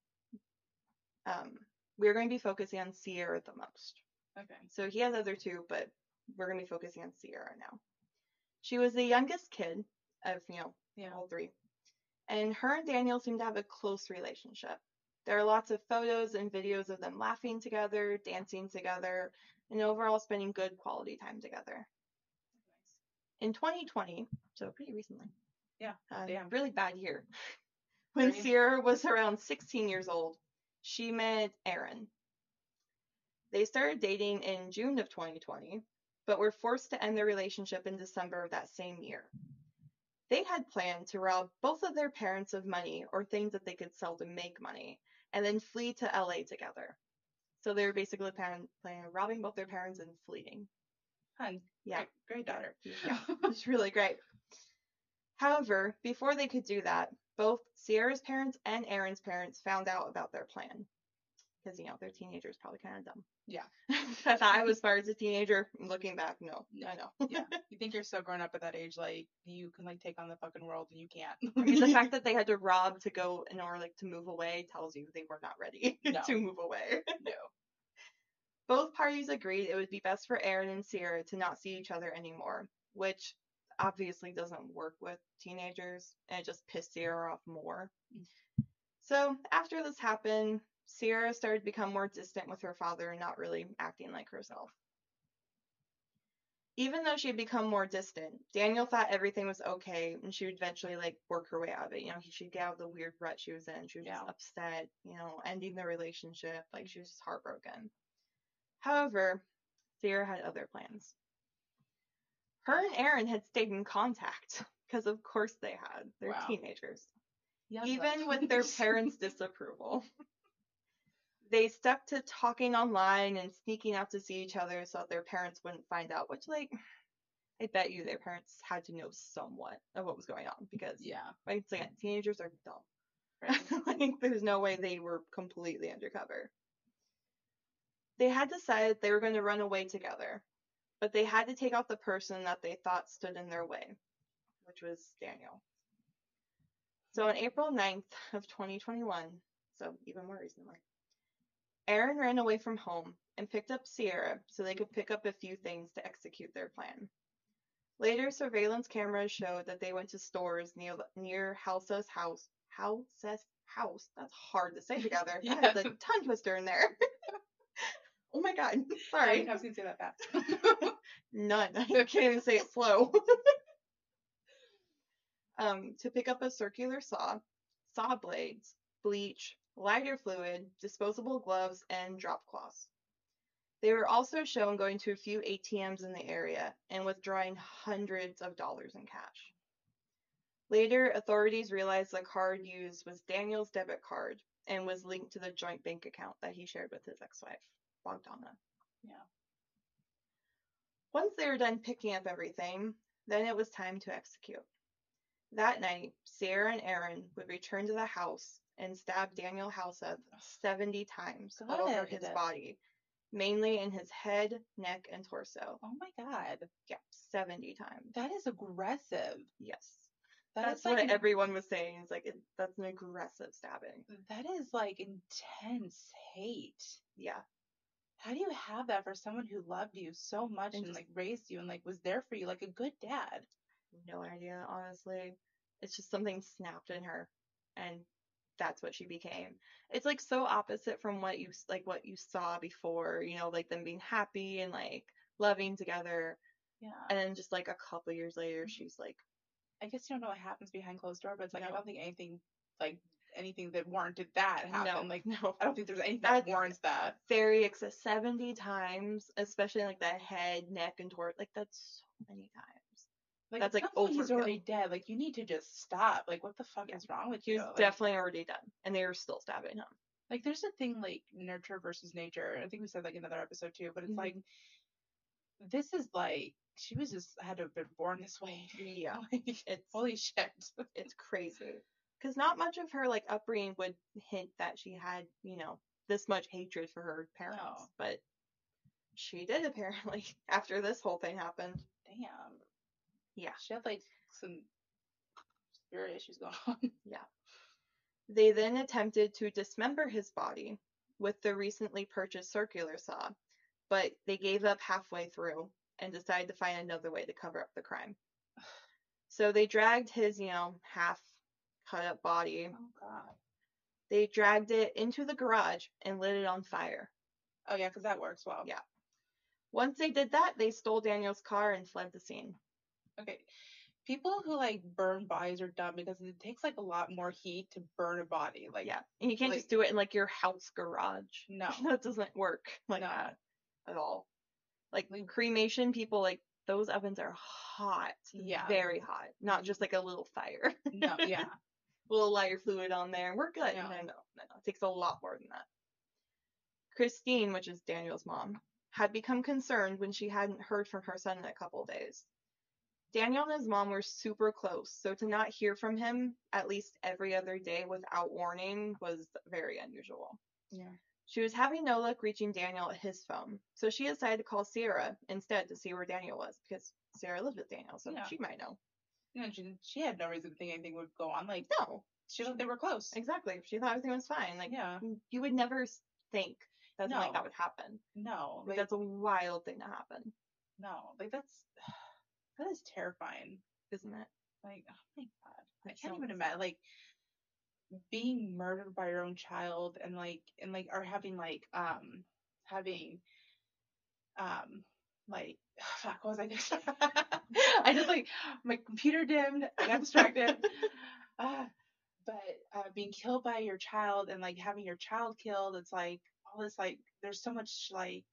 [SPEAKER 1] um, we're going to be focusing on Sierra the most.
[SPEAKER 2] Okay.
[SPEAKER 1] So he has other two, but we're gonna be focusing on Sierra now. She was the youngest kid of you know
[SPEAKER 2] Yeah.
[SPEAKER 1] all three, and her and Daniel seem to have a close relationship. There are lots of photos and videos of them laughing together, dancing together, and overall spending good quality time together. In 2020, so pretty recently.
[SPEAKER 2] Yeah,
[SPEAKER 1] uh,
[SPEAKER 2] damn.
[SPEAKER 1] Really bad year. when
[SPEAKER 2] Right.
[SPEAKER 1] Sierra was around 16 years old, she met Aaron. They started dating in June of 2020, but were forced to end their relationship in December of that same year. They had planned to rob both of their parents of money or things that they could sell to make money, and then flee to LA together. So they were basically plan- planning on robbing both their parents and fleeing.
[SPEAKER 2] Hun,
[SPEAKER 1] Yeah.
[SPEAKER 2] great- Great daughter.
[SPEAKER 1] Yeah, it's really great. However, before they could do that, both Sierra's parents and Aaron's parents found out about their plan. Because, you know, they're teenagers, probably kind of dumb. [LAUGHS]
[SPEAKER 2] Yeah.
[SPEAKER 1] I thought I was smart as a teenager. Looking back, no, I
[SPEAKER 2] [LAUGHS]
[SPEAKER 1] know.
[SPEAKER 2] yeah. You think you're so grown up at that age, like you can like take on the fucking world and you can't. [LAUGHS]
[SPEAKER 1] I mean, the fact that they had to rob to go in order like to move away tells you they were not ready [LAUGHS]
[SPEAKER 2] No.
[SPEAKER 1] to move away.
[SPEAKER 2] no.
[SPEAKER 1] Both parties agreed it would be best for Aaron and Sierra to not see each other anymore, which obviously doesn't work with teenagers, and it just pissed Sierra off more.
[SPEAKER 2] Mm.
[SPEAKER 1] So after this happened, Sierra started to become more distant with her father and not really acting like herself. Even though she had become more distant, Daniel thought everything was okay and she would eventually like work her way out of it. You know, he should get out of the weird rut she was in. She was just
[SPEAKER 2] Yeah.
[SPEAKER 1] upset, you know, ending the relationship. Like she was just heartbroken. However, Thea had other plans. Her and Aaron had stayed in contact because, of course, they had. They're
[SPEAKER 2] Wow.
[SPEAKER 1] teenagers
[SPEAKER 2] Yeah,
[SPEAKER 1] even
[SPEAKER 2] [LAUGHS]
[SPEAKER 1] with their parents' disapproval. They stuck to talking online and sneaking out to see each other so that their parents wouldn't find out, which, like, I bet you their parents had to know somewhat of what was going on because,
[SPEAKER 2] Yeah.
[SPEAKER 1] like, again, teenagers are dumb. [LAUGHS]
[SPEAKER 2] Right.
[SPEAKER 1] like, there's no way they were completely undercover. They had decided they were going to run away together, but they had to take out the person that they thought stood in their way, which was Daniel. So on April 9th of 2021, so even more recently, Aaron ran away from home and picked up Sierra so they could pick up a few things to execute their plan. Later, surveillance cameras showed that they went to stores near near House's house. House's house. That's hard to say [LAUGHS] together.
[SPEAKER 2] Yeah.
[SPEAKER 1] That is a tongue twister in there. oh my god. [LAUGHS]
[SPEAKER 2] I
[SPEAKER 1] Sorry.
[SPEAKER 2] didn't know I was gonna say that fast.
[SPEAKER 1] None. [LAUGHS] I can't even say it slow. [LAUGHS] um, to pick up a circular saw, saw blades, bleach, lighter fluid, disposable gloves, and drop cloths. They were also shown going to a few ATMs in the area and withdrawing hundreds of dollars in cash. Later, authorities realized the card used was Daniel's debit card and was linked to the joint bank account that he shared with his ex-wife, Bogdana. Once they were done picking up everything, then it was time to execute. That night, Sarah and Aaron would return to the house and stab Daniel Houseth 70 times
[SPEAKER 2] God.
[SPEAKER 1] over his body, mainly in his head, neck, and torso.
[SPEAKER 2] [LAUGHS] oh my god,
[SPEAKER 1] Yeah, 70 times.
[SPEAKER 2] that is aggressive.
[SPEAKER 1] Yes.
[SPEAKER 2] That
[SPEAKER 1] That's
[SPEAKER 2] is
[SPEAKER 1] what
[SPEAKER 2] like
[SPEAKER 1] everyone was saying. Is like, it, that's an aggressive stabbing.
[SPEAKER 2] that is like intense hate.
[SPEAKER 1] Yeah.
[SPEAKER 2] How do you have that for someone who loved you so much
[SPEAKER 1] And
[SPEAKER 2] and,
[SPEAKER 1] just-
[SPEAKER 2] like raised you and like was there for you like a good dad?
[SPEAKER 1] No idea, honestly. It's just something snapped in her, and that's what she became. It's like so opposite from what you s- like what you saw before, you know, like them being happy and like loving together,
[SPEAKER 2] Yeah.
[SPEAKER 1] and then just like a couple years later, she's like,
[SPEAKER 2] I guess you don't know what happens behind closed door, but it's like I
[SPEAKER 1] No.
[SPEAKER 2] don't think anything like anything that warranted that happened.
[SPEAKER 1] no,
[SPEAKER 2] Like [LAUGHS]
[SPEAKER 1] no,
[SPEAKER 2] I don't think there's anything that
[SPEAKER 1] That's-
[SPEAKER 2] warrants that.
[SPEAKER 1] very excess seventy times, especially like that head, neck, and torso. Like that's so many times.
[SPEAKER 2] Like
[SPEAKER 1] That's,
[SPEAKER 2] at
[SPEAKER 1] like,
[SPEAKER 2] some point he's
[SPEAKER 1] overkill.
[SPEAKER 2] already dead. Like you need to just stop. Like what the fuck
[SPEAKER 1] Yeah.
[SPEAKER 2] is wrong with
[SPEAKER 1] She
[SPEAKER 2] you?
[SPEAKER 1] was
[SPEAKER 2] Like-
[SPEAKER 1] definitely already done, and they were still stabbing him.
[SPEAKER 2] like there's a thing like nurture versus nature. I think we said like another episode too, but it's
[SPEAKER 1] Mhm.
[SPEAKER 2] like this is like she was just had to have been born this way. [LAUGHS]
[SPEAKER 1] Yeah,
[SPEAKER 2] Like,
[SPEAKER 1] it's
[SPEAKER 2] holy shit. [LAUGHS]
[SPEAKER 1] it's crazy because not much of her like upbringing would hint that she had you know this much hatred for her parents
[SPEAKER 2] No.
[SPEAKER 1] but she did [LAUGHS] apparently after this whole thing happened
[SPEAKER 2] Damn.
[SPEAKER 1] Yeah.
[SPEAKER 2] She had like some spirit issues going [LAUGHS] on.
[SPEAKER 1] they then attempted to dismember his body with the recently purchased circular saw but they gave up halfway through and decided to find another way to cover up the crime so they dragged his you know half cut up body
[SPEAKER 2] Oh god.
[SPEAKER 1] they dragged it into the garage and lit it on fire
[SPEAKER 2] Oh yeah, because that works well.
[SPEAKER 1] Yeah. Once they did that, they stole Daniel's car and fled the scene.
[SPEAKER 2] Okay. People who like burn bodies are dumb because it takes like a lot more heat to burn a body. Like
[SPEAKER 1] yeah, and you can't
[SPEAKER 2] like-
[SPEAKER 1] just do it in like your house garage.
[SPEAKER 2] No.
[SPEAKER 1] [LAUGHS] that doesn't work like
[SPEAKER 2] No.
[SPEAKER 1] that at all. Like
[SPEAKER 2] Like-
[SPEAKER 1] cremation, people like those ovens are hot,
[SPEAKER 2] Yeah.
[SPEAKER 1] very hot, not just like a little fire,
[SPEAKER 2] No, yeah.
[SPEAKER 1] little lighter fluid on there, and we're good.
[SPEAKER 2] No.
[SPEAKER 1] No, no, no, no. It takes a lot more than that. Christine, which is Daniel's mom, had become concerned when she hadn't heard from her son in a couple days. Daniel and his mom were super close, so to not hear from him at least every other day without warning was very unusual.
[SPEAKER 2] Yeah.
[SPEAKER 1] She was having no luck reaching Daniel at his phone, so she decided to call Sierra instead to see where Daniel was because Sierra lived with Daniel, so
[SPEAKER 2] Yeah.
[SPEAKER 1] she might know.
[SPEAKER 2] And she, she had no reason to think anything would go on. Like
[SPEAKER 1] No,
[SPEAKER 2] she they were close.
[SPEAKER 1] exactly. She thought everything was fine. Like
[SPEAKER 2] yeah.
[SPEAKER 1] you would never s- think that something like
[SPEAKER 2] No.
[SPEAKER 1] that would happen.
[SPEAKER 2] No.
[SPEAKER 1] Like,
[SPEAKER 2] Like,
[SPEAKER 1] that's a wild thing to happen,
[SPEAKER 2] No, like that's [SIGHS] that is terrifying.
[SPEAKER 1] isn't it?
[SPEAKER 2] Like, oh my god, I
[SPEAKER 1] It's
[SPEAKER 2] can't
[SPEAKER 1] so
[SPEAKER 2] even
[SPEAKER 1] insane.
[SPEAKER 2] imagine like being murdered by your own child and like and like [SIGHS] are having like um having um like fuck, what was I gonna [LAUGHS] say? I just like my computer dimmed, I got distracted. uh, but uh, being killed by your child and like having your child killed, it's like all this like there's so much like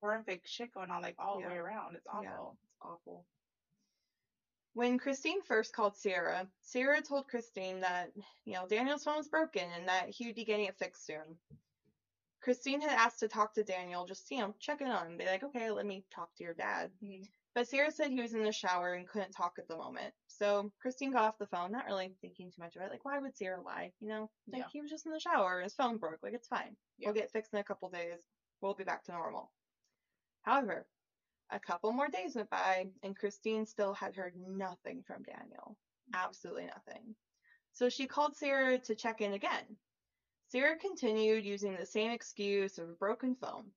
[SPEAKER 2] horrific shit going on like all the
[SPEAKER 1] Yeah.
[SPEAKER 2] way around. It's
[SPEAKER 1] Yeah.
[SPEAKER 2] awful.
[SPEAKER 1] Awful. When Christine first called Sierra, Sierra told Christine that, you know, Daniel's phone was broken and that he would be getting it fixed soon. Christine had asked to talk to Daniel, just, you know, check in on him, be like, okay, let me talk to your dad.
[SPEAKER 2] Mhm.
[SPEAKER 1] But Sierra said he was in the shower and couldn't talk at the moment. So Christine got off the phone, not really thinking too much of it. Like, why would Sierra lie? You know, like
[SPEAKER 2] Yeah.
[SPEAKER 1] he was just in the shower, his phone broke. Like, it's fine.
[SPEAKER 2] Yeah.
[SPEAKER 1] We'll get it fixed in a couple days. We'll be back to normal. However, a couple more days went by, and Christine still had heard nothing from Daniel. Absolutely nothing. So she called Sarah to check in again. Sarah continued using the same excuse of a broken phone.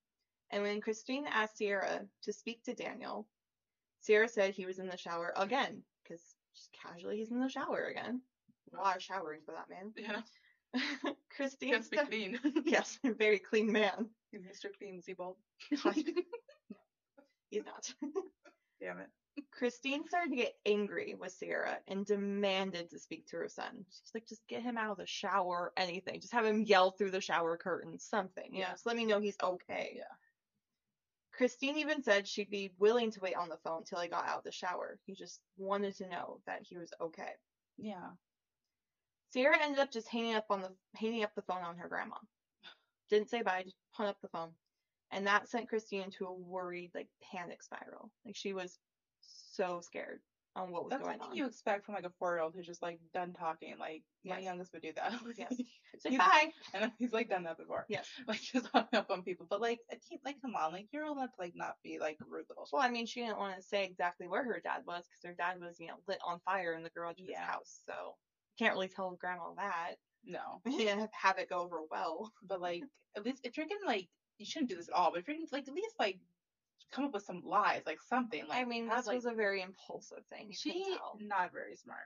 [SPEAKER 1] And when Christine asked Sierra to speak to Daniel, Sarah said he was in the shower again, because just casually he's in the shower again. A lot of showering for that man.
[SPEAKER 2] Yeah.
[SPEAKER 1] Christine,
[SPEAKER 2] Can't [LAUGHS] speak
[SPEAKER 1] said-
[SPEAKER 2] clean.
[SPEAKER 1] [LAUGHS] yes, a very clean man.
[SPEAKER 2] He's Mr.
[SPEAKER 1] [LAUGHS]
[SPEAKER 2] Clean [LAUGHS] Seabold.
[SPEAKER 1] He's not.
[SPEAKER 2] Damn it.
[SPEAKER 1] Christine started to get angry with Sierra and demanded to speak to her son. She's like, just get him out of the shower, anything. Just have him yell through the shower curtain, something. You know,
[SPEAKER 2] Yeah.
[SPEAKER 1] just let me know he's okay. Yeah. Christine even said she'd be willing to wait on the phone till he got out of the shower. He just wanted to know that he was okay.
[SPEAKER 2] Yeah.
[SPEAKER 1] Sierra ended up just hanging up on the hanging up the phone on her grandma. Didn't say bye, just hung up the phone. And that sent Christine into a worried, like panic spiral. Like she was so scared on what was
[SPEAKER 2] That's
[SPEAKER 1] going
[SPEAKER 2] something
[SPEAKER 1] on.
[SPEAKER 2] you expect from like a four year old who's just like done talking. Like my
[SPEAKER 1] Yes.
[SPEAKER 2] youngest would do that. [LAUGHS]
[SPEAKER 1] Yes. Say
[SPEAKER 2] You-
[SPEAKER 1] bye.
[SPEAKER 2] and he's like done that before.
[SPEAKER 1] Yes.
[SPEAKER 2] [LAUGHS] Like just hung up on people. But like a teen like come on, like you're old enough to like not be like a rude little
[SPEAKER 1] Well, I mean, she didn't want to say exactly where her dad was because her dad was, you know, lit on fire in the garage of
[SPEAKER 2] Yeah.
[SPEAKER 1] his house. So can't really tell grandma that. [LAUGHS]
[SPEAKER 2] No.
[SPEAKER 1] and have it go over well.
[SPEAKER 2] But like at least if you're gonna like you shouldn't do this at all, but if you're gonna like at least like come up with some lies, like something. Like
[SPEAKER 1] I mean,
[SPEAKER 2] have,
[SPEAKER 1] this
[SPEAKER 2] like,
[SPEAKER 1] was a very impulsive thing. You
[SPEAKER 2] she
[SPEAKER 1] can tell.
[SPEAKER 2] not very smart.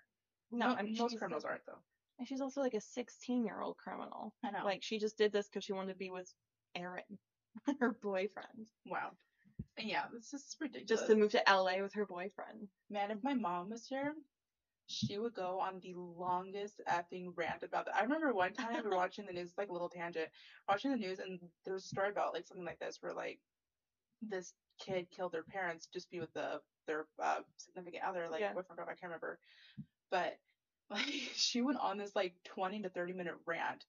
[SPEAKER 1] No,
[SPEAKER 2] Mo-
[SPEAKER 1] I mean,
[SPEAKER 2] most
[SPEAKER 1] she's
[SPEAKER 2] criminals
[SPEAKER 1] like-
[SPEAKER 2] aren't though.
[SPEAKER 1] And she's also like a 16 year old criminal.
[SPEAKER 2] I know.
[SPEAKER 1] Like she just did this because she wanted to be with Aaron, [LAUGHS] her boyfriend.
[SPEAKER 2] wow. Yeah, this is ridiculous.
[SPEAKER 1] Just to move to LA with her boyfriend.
[SPEAKER 2] Man, if my mom was here, she would go on the longest effing rant about that. I remember one time
[SPEAKER 1] [LAUGHS]
[SPEAKER 2] we were watching the news, like a little tangent, watching the news, and there was a story about like something like this where like this kid killed their parents just to be with the their uh, significant other, like
[SPEAKER 1] Yeah.
[SPEAKER 2] boyfriend, girlfriend, I can't remember. But [LAUGHS] like she went on this like twenty to thirty minute rant,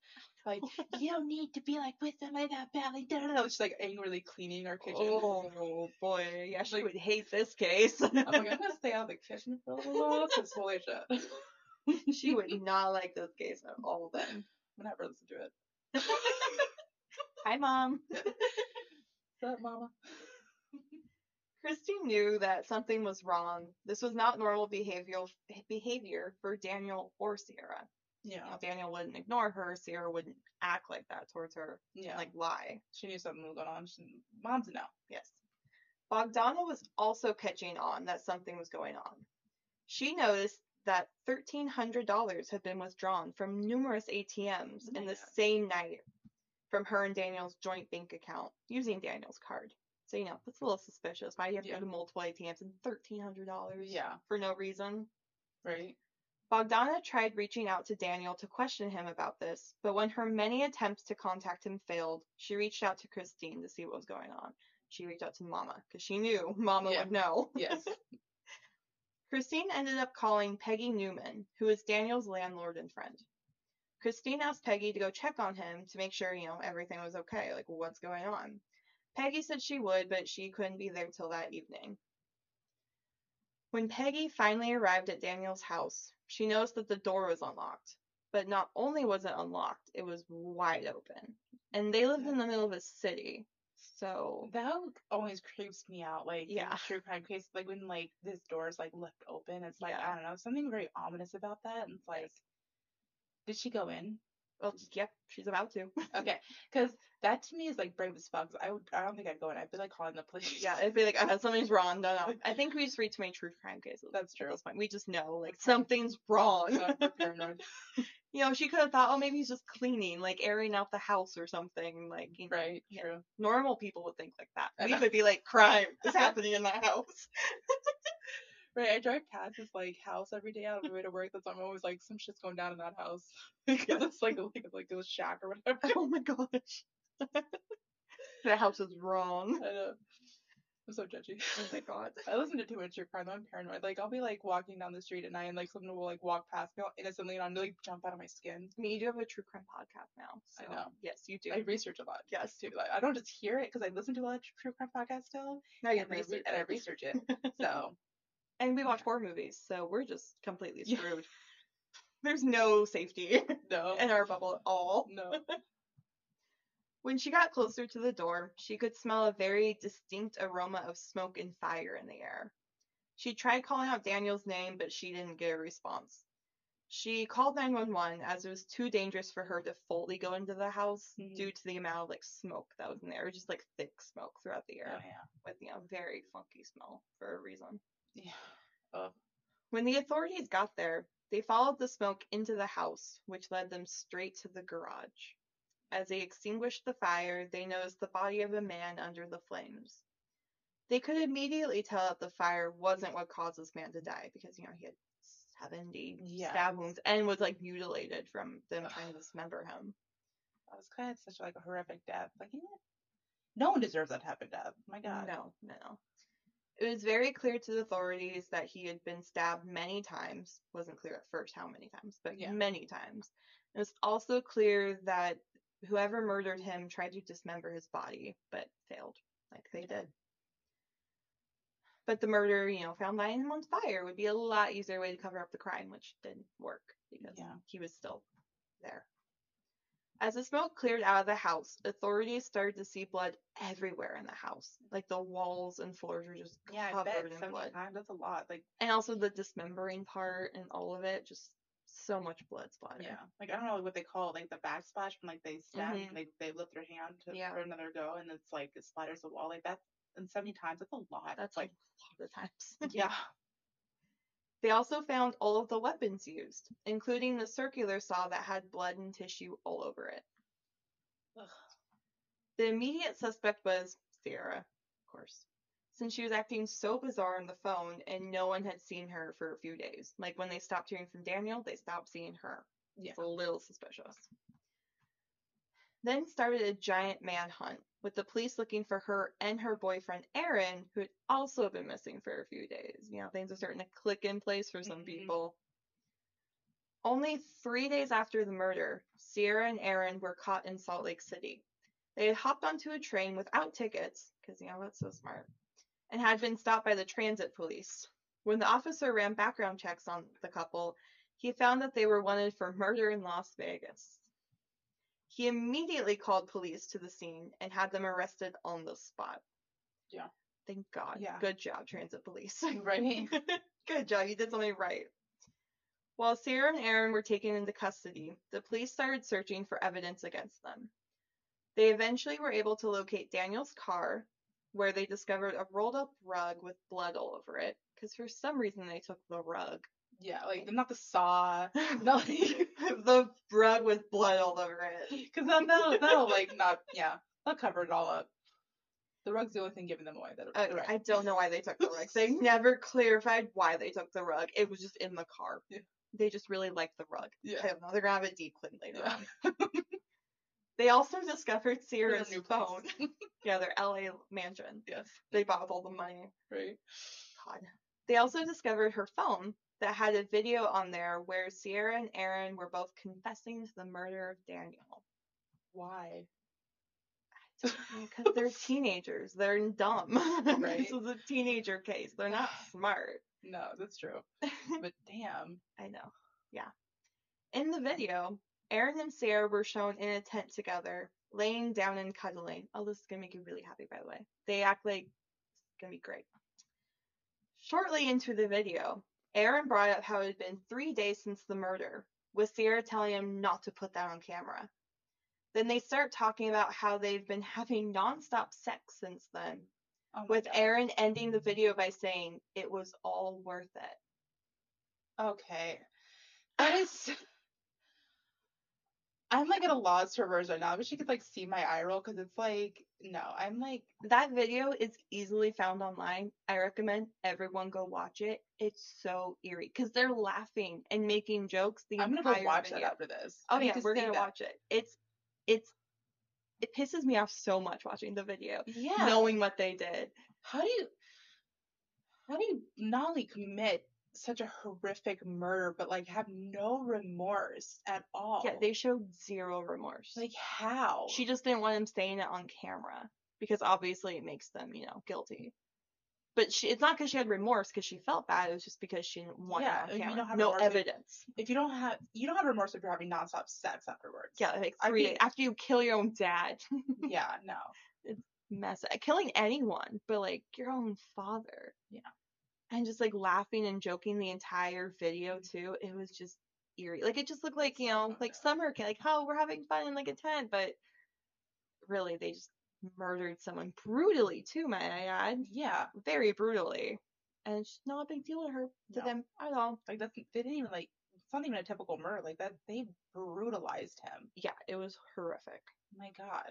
[SPEAKER 2] like
[SPEAKER 1] [LAUGHS]
[SPEAKER 2] you don't need to be like with somebody that bad, like da da da. She's like angrily cleaning our kitchen.
[SPEAKER 1] Oh boy, yeah, she
[SPEAKER 2] Like-
[SPEAKER 1] would hate this case. [LAUGHS]
[SPEAKER 2] I'm like, I'm gonna stay out of the kitchen for a little while because holy shit. [LAUGHS]
[SPEAKER 1] she would not like this case at all. Then,
[SPEAKER 2] I'm never listen to it.
[SPEAKER 1] hi mom.
[SPEAKER 2] What's up, mama?
[SPEAKER 1] Christine knew that something was wrong. This was not normal behavioral behavior for Daniel or Sierra.
[SPEAKER 2] Yeah.
[SPEAKER 1] Now, Daniel wouldn't ignore her. Sierra wouldn't act like that towards her.
[SPEAKER 2] Yeah. Like
[SPEAKER 1] Like lie.
[SPEAKER 2] she knew something was going on. She, Mom's a no.
[SPEAKER 1] Yes. Bogdana was also catching on that something was going on. She noticed that $1,300 had been withdrawn from numerous ATMs
[SPEAKER 2] Oh my
[SPEAKER 1] in the
[SPEAKER 2] God.
[SPEAKER 1] same night from her and Daniel's joint bank account using Daniel's card. So, you know, that's a little suspicious. Why do you have to
[SPEAKER 2] Yeah.
[SPEAKER 1] go to multiple ATMs and $1,300
[SPEAKER 2] Yeah.
[SPEAKER 1] for no reason?
[SPEAKER 2] Right.
[SPEAKER 1] Bogdana tried reaching out to Daniel to question him about this, but when her many attempts to contact him failed, she reached out to Christine to see what was going on. She reached out to Mama because she knew Mama
[SPEAKER 2] Yeah.
[SPEAKER 1] would know.
[SPEAKER 2] Yes.
[SPEAKER 1] [LAUGHS] Christine ended up calling Peggy Newman, who is Daniel's landlord and friend. Christine asked Peggy to go check on him to make sure, you know, everything was okay, like what's going on. Peggy said she would, but she couldn't be there till that evening. When Peggy finally arrived at Daniel's house, she noticed that the door was unlocked. But not only was it unlocked, it was wide open. And they lived in the middle of a city. So,
[SPEAKER 2] that always creeps me out. Like in
[SPEAKER 1] Yeah.
[SPEAKER 2] true crime case, like when like this door is like left open. It's like
[SPEAKER 1] Yeah.
[SPEAKER 2] I don't know something very ominous about that. And it's like, did she go in?
[SPEAKER 1] well, yep, she's about to.
[SPEAKER 2] Okay, because that to me is like brave as fuck. 'cause I would, I don't think I'd go in. I'd be like calling the police.
[SPEAKER 1] Yeah,
[SPEAKER 2] [LAUGHS]
[SPEAKER 1] it'd be like, uh, something's wrong. No, no. I think we just read too many true crime cases.
[SPEAKER 2] that's
[SPEAKER 1] At [LAUGHS]
[SPEAKER 2] true.
[SPEAKER 1] this point, we just know like something's wrong.
[SPEAKER 2] So I'm paranoid.
[SPEAKER 1] You know, she could have thought, oh, maybe he's just cleaning, like airing out the house or something. Like, you know,
[SPEAKER 2] Right.
[SPEAKER 1] Yeah.
[SPEAKER 2] True.
[SPEAKER 1] normal people would think like that.
[SPEAKER 2] I
[SPEAKER 1] We
[SPEAKER 2] know.
[SPEAKER 1] would be like, crime [LAUGHS] is happening in that house.
[SPEAKER 2] Right. I drive past this like house every day out of my way to work. That's why I'm always like some shit's going down in that house [LAUGHS] because it's like like like a shack or whatever.
[SPEAKER 1] [LAUGHS] Oh my gosh. that house is wrong.
[SPEAKER 2] I know. I'm
[SPEAKER 1] [LAUGHS]
[SPEAKER 2] so judgy.
[SPEAKER 1] Oh my god.
[SPEAKER 2] I listen to too much true crime. though, I'm paranoid. Like I'll be like walking down the street at night, and like someone will like walk past me all innocently, and I'm like jump out of my skin.
[SPEAKER 1] I mean, you do have a true crime podcast now.
[SPEAKER 2] I
[SPEAKER 1] So.
[SPEAKER 2] know.
[SPEAKER 1] Yes, you do.
[SPEAKER 2] I research a lot.
[SPEAKER 1] Yes.
[SPEAKER 2] too. Like, I don't just hear it because I listen to a lot of tr- true crime podcasts still,
[SPEAKER 1] now you
[SPEAKER 2] and, I re-
[SPEAKER 1] research.
[SPEAKER 2] and I
[SPEAKER 1] it.
[SPEAKER 2] research it.
[SPEAKER 1] [LAUGHS]
[SPEAKER 2] So
[SPEAKER 1] And we watch
[SPEAKER 2] Yeah.
[SPEAKER 1] horror movies, so we're just completely
[SPEAKER 2] Yeah.
[SPEAKER 1] screwed. There's no [LAUGHS] safety
[SPEAKER 2] no,
[SPEAKER 1] in our bubble at all.
[SPEAKER 2] no.
[SPEAKER 1] When she got closer to the door, she could smell a very distinct aroma of smoke and fire in the air. She tried calling out Daniel's name, but she didn't get a response. She called 911 as it was too dangerous for her to fully go into the house
[SPEAKER 2] Mhm.
[SPEAKER 1] due to the amount of like smoke that was in there, just like thick smoke throughout the
[SPEAKER 2] Oh,
[SPEAKER 1] air
[SPEAKER 2] yeah,
[SPEAKER 1] with you know very funky smell for a reason.
[SPEAKER 2] yeah. Oh,
[SPEAKER 1] When the authorities got there, they followed the smoke into the house, which led them straight to the garage. As they extinguished the fire, they noticed the body of a man under the flames. They could immediately tell that the fire wasn't what caused this man to die because, you know, he had 70
[SPEAKER 2] Yeah.
[SPEAKER 1] stab wounds and was like mutilated from them
[SPEAKER 2] Ugh.
[SPEAKER 1] trying to dismember him.
[SPEAKER 2] I was kind of such like a horrific death. Like, you know, no one deserves that type of death. My God.
[SPEAKER 1] No, no. It was very clear to the authorities that he had been stabbed many times. Wasn't clear at first how many times, but
[SPEAKER 2] Yeah.
[SPEAKER 1] many times. It was also clear that whoever murdered him tried to dismember his body, but failed, like they did. But the murderer, you know, found lighting him on fire would be a lot easier way to cover up the crime, which didn't work because
[SPEAKER 2] Yeah.
[SPEAKER 1] he was still there. As the smoke cleared out of the house, authorities started to see blood everywhere in the house. Like the walls and floors were just
[SPEAKER 2] Yeah, I bet
[SPEAKER 1] covered in
[SPEAKER 2] 70
[SPEAKER 1] blood.
[SPEAKER 2] times. That's a lot. Like,
[SPEAKER 1] And also the dismembering part and all of it, just so much blood splatter.
[SPEAKER 2] yeah. Mm-hmm. Like, I don't know what they call it, like the backsplash when like they stab,
[SPEAKER 1] Mhm.
[SPEAKER 2] like they lift their hand to,
[SPEAKER 1] Yeah.
[SPEAKER 2] for another go, and it's like it splatters the wall. Like that, and 70 times, that's a lot.
[SPEAKER 1] That's
[SPEAKER 2] like,
[SPEAKER 1] like a lot of times. [LAUGHS]
[SPEAKER 2] yeah.
[SPEAKER 1] They also found all of the weapons used, including the circular saw that had blood and tissue all over it.
[SPEAKER 2] Ugh.
[SPEAKER 1] The immediate suspect was Sierra, of course, since she was acting so bizarre on the phone and no one had seen her for a few days. Like when they stopped hearing from Daniel, they stopped seeing her.
[SPEAKER 2] Yeah.
[SPEAKER 1] It's a little suspicious. Then started a giant manhunt, with the police looking for her and her boyfriend Aaron, who had also been missing for a few days. You know, things are starting to click in place for some
[SPEAKER 2] Mhm.
[SPEAKER 1] people. Only three days after the murder, Sierra and Aaron were caught in Salt Lake City. They had hopped onto a train without tickets, because, you know, that's so smart, and had been stopped by the transit police. When the officer ran background checks on the couple, he found that they were wanted for murder in Las Vegas. He immediately called police to the scene and had them arrested on the spot.
[SPEAKER 2] Yeah.
[SPEAKER 1] Thank God.
[SPEAKER 2] Yeah.
[SPEAKER 1] Good job, transit police.
[SPEAKER 2] [LAUGHS]
[SPEAKER 1] [LAUGHS]
[SPEAKER 2] Right.
[SPEAKER 1] Good job. You did something right. While Sarah and Aaron were taken into custody, the police started searching for evidence against them. They eventually were able to locate Daniel's car, where they discovered a rolled up rug with blood all over it, because for some reason they took the rug. [LAUGHS]
[SPEAKER 2] Yeah. Like, not the saw. [LAUGHS] No,
[SPEAKER 1] the rug with blood all over it.
[SPEAKER 2] Because then that'll, that'll like not, yeah, they'll cover it all up. The rug's the only thing giving them away. That
[SPEAKER 1] Uh, I,
[SPEAKER 2] right.
[SPEAKER 1] I don't know why they took the rug. They never clarified why they took the rug. It was just in the car.
[SPEAKER 2] Yeah.
[SPEAKER 1] They just really liked the rug. I
[SPEAKER 2] yeah.
[SPEAKER 1] don't know. They're gonna have a deep clean later
[SPEAKER 2] Yeah.
[SPEAKER 1] on. [LAUGHS] They also discovered
[SPEAKER 2] Here's
[SPEAKER 1] Sierra's
[SPEAKER 2] a new
[SPEAKER 1] phone.
[SPEAKER 2] place.
[SPEAKER 1] yeah, their LA mansion.
[SPEAKER 2] yes.
[SPEAKER 1] They bought up all the money.
[SPEAKER 2] [LAUGHS] Right.
[SPEAKER 1] God. They also discovered her phone that had a video on there where Sierra and Aaron were both confessing to the murder of Daniel.
[SPEAKER 2] Why?
[SPEAKER 1] Because
[SPEAKER 2] [LAUGHS]
[SPEAKER 1] they're teenagers. They're dumb. [LAUGHS]
[SPEAKER 2] Right.
[SPEAKER 1] this is a teenager case. They're
[SPEAKER 2] [SIGHS]
[SPEAKER 1] not smart.
[SPEAKER 2] No, that's
[SPEAKER 1] [LAUGHS]
[SPEAKER 2] true. But damn.
[SPEAKER 1] I know. Yeah. In the video, Aaron and Sarah were shown in a tent together, laying down and cuddling. Oh, this is gonna make you really happy, by the way. They act like it's gonna be great. Shortly into the video, Aaron brought up how it had been three days since the murder, with Sarah telling him not to put that on camera. Then they start talking about how they've been [LAUGHS] having nonstop sex since then,
[SPEAKER 2] Oh my
[SPEAKER 1] with
[SPEAKER 2] God.
[SPEAKER 1] Aaron ending the video by saying, It was all worth it.
[SPEAKER 2] Okay. That is. [SIGHS] I'm like at a loss for words right now. I wish you could like see my eye roll because it's like no, I'm like
[SPEAKER 1] That video is easily found online. I recommend everyone go watch it. It's so eerie because they're laughing and making jokes the
[SPEAKER 2] I'm gonna
[SPEAKER 1] entire
[SPEAKER 2] go watch
[SPEAKER 1] video.
[SPEAKER 2] that after this.
[SPEAKER 1] Oh
[SPEAKER 2] I need
[SPEAKER 1] yeah,
[SPEAKER 2] to
[SPEAKER 1] we're
[SPEAKER 2] see
[SPEAKER 1] gonna
[SPEAKER 2] that.
[SPEAKER 1] watch it. It's it's it pisses me off so much watching the video,
[SPEAKER 2] Yeah.
[SPEAKER 1] knowing what they did.
[SPEAKER 2] How do you how do you not only commit such a horrific murder but like have no remorse at all?
[SPEAKER 1] Yeah, they showed zero remorse.
[SPEAKER 2] Oh. like how?
[SPEAKER 1] she just didn't want him saying it on camera because obviously it makes them, you know, guilty. But she, it's not because she had remorse because she felt bad. It was just because she didn't want
[SPEAKER 2] Yeah,
[SPEAKER 1] it
[SPEAKER 2] if
[SPEAKER 1] on
[SPEAKER 2] you
[SPEAKER 1] camera.
[SPEAKER 2] don't have
[SPEAKER 1] no
[SPEAKER 2] remorse, you-
[SPEAKER 1] evidence.
[SPEAKER 2] if you don't have you don't have remorse if you're having nonstop sex afterwards.
[SPEAKER 1] Yeah, like
[SPEAKER 2] I
[SPEAKER 1] three
[SPEAKER 2] think-
[SPEAKER 1] after you kill your own dad, [LAUGHS]
[SPEAKER 2] yeah, no.
[SPEAKER 1] mess killing anyone, but like your own father.
[SPEAKER 2] Yeah.
[SPEAKER 1] and just like laughing and joking the entire video too. It was just eerie. Like it just looked like you know, like summer camp, like oh we're having fun in like a tent, but really they just murdered someone brutally too. May I add?
[SPEAKER 2] Yeah.
[SPEAKER 1] very brutally. And it's just not a big deal to her to
[SPEAKER 2] No.
[SPEAKER 1] them at all.
[SPEAKER 2] Like that's they didn't even like it's not even a typical murder. Like that they brutalized him.
[SPEAKER 1] Yeah, it was horrific.
[SPEAKER 2] My God.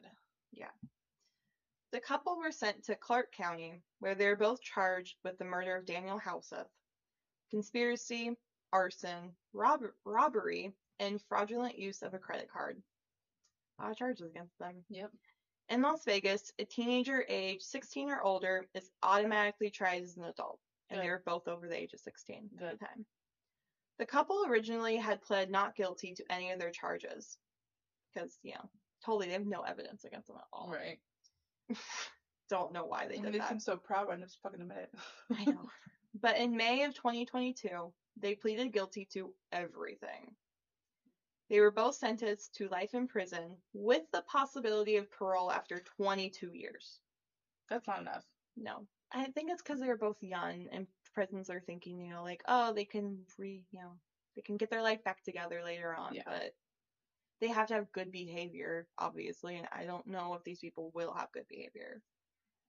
[SPEAKER 1] The couple were sent to Clark County, where they were both charged with the murder of Daniel Houseth, conspiracy, arson, rob- robbery, and fraudulent use of a credit card. A lot of charges against them.
[SPEAKER 2] Yep.
[SPEAKER 1] In Las Vegas, a teenager age 16 or older is automatically tried as an adult, and they
[SPEAKER 2] Good.
[SPEAKER 1] were both over the age of 16 at
[SPEAKER 2] Good.
[SPEAKER 1] the time. The couple originally had pled not guilty to any of their charges because, you know, totally they have no evidence against them at all.
[SPEAKER 2] Right.
[SPEAKER 1] Don't know why they
[SPEAKER 2] They,
[SPEAKER 1] did
[SPEAKER 2] they
[SPEAKER 1] that.
[SPEAKER 2] seem so proud. I'm just fucking a minute.
[SPEAKER 1] [LAUGHS]
[SPEAKER 2] [LAUGHS]
[SPEAKER 1] I know. But in May of 2022, they pleaded guilty to everything. They were both sentenced to life in prison with the possibility of parole after 22 years.
[SPEAKER 2] That's not enough.
[SPEAKER 1] No. I think it's because they were both young and prisons are thinking, you know, like, oh, they can re, you know, they can get their life back together later on,
[SPEAKER 2] Yeah.
[SPEAKER 1] but they have to have good behavior, obviously, and I don't know if these people will have good behavior.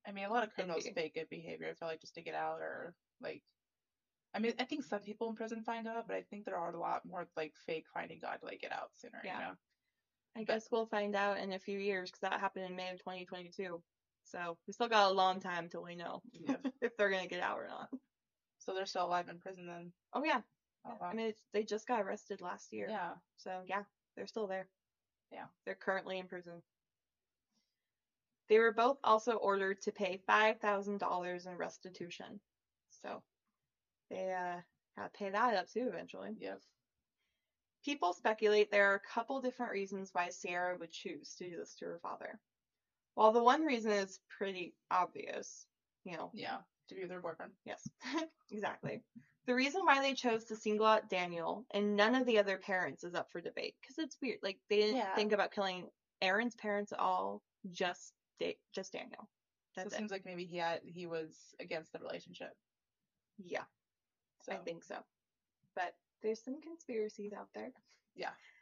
[SPEAKER 2] I mean, a lot of
[SPEAKER 1] Could
[SPEAKER 2] criminals
[SPEAKER 1] be.
[SPEAKER 2] fake good behavior. I feel like just to get out or like. I mean, I think some people in prison find out, but I think there are a lot more like fake finding God to like get out sooner.
[SPEAKER 1] Yeah.
[SPEAKER 2] [LAUGHS] You know?
[SPEAKER 1] I guess we'll find out in a few years because that happened in May of 2022. So we still got a long time till we know [LAUGHS]
[SPEAKER 2] Yeah.
[SPEAKER 1] if they're gonna get out or not.
[SPEAKER 2] so they're still alive in prison then.
[SPEAKER 1] Oh yeah,
[SPEAKER 2] Oh,
[SPEAKER 1] I
[SPEAKER 2] wow.
[SPEAKER 1] mean it's, they just got arrested last year.
[SPEAKER 2] yeah.
[SPEAKER 1] So yeah, they're still there.
[SPEAKER 2] Yeah.
[SPEAKER 1] They're currently in prison. They were both also ordered to pay five thousand dollars in restitution. So they uh gotta pay that up too eventually.
[SPEAKER 2] Yep.
[SPEAKER 1] People speculate there are a couple different reasons why Sierra would choose to do this to her father. While the one reason is pretty obvious, you know,
[SPEAKER 2] Yeah. To be with her boyfriend.
[SPEAKER 1] yes, [LAUGHS] exactly. The reason why they chose to single out Daniel and none of the other parents is up for debate because it's weird. Like they didn't
[SPEAKER 2] Yeah.
[SPEAKER 1] think about killing Aaron's parents at all, just da- just Daniel.
[SPEAKER 2] So it
[SPEAKER 1] That's it.
[SPEAKER 2] seems like maybe he had he was against the relationship.
[SPEAKER 1] Yeah,
[SPEAKER 2] So
[SPEAKER 1] I think so. But there's some conspiracies out there.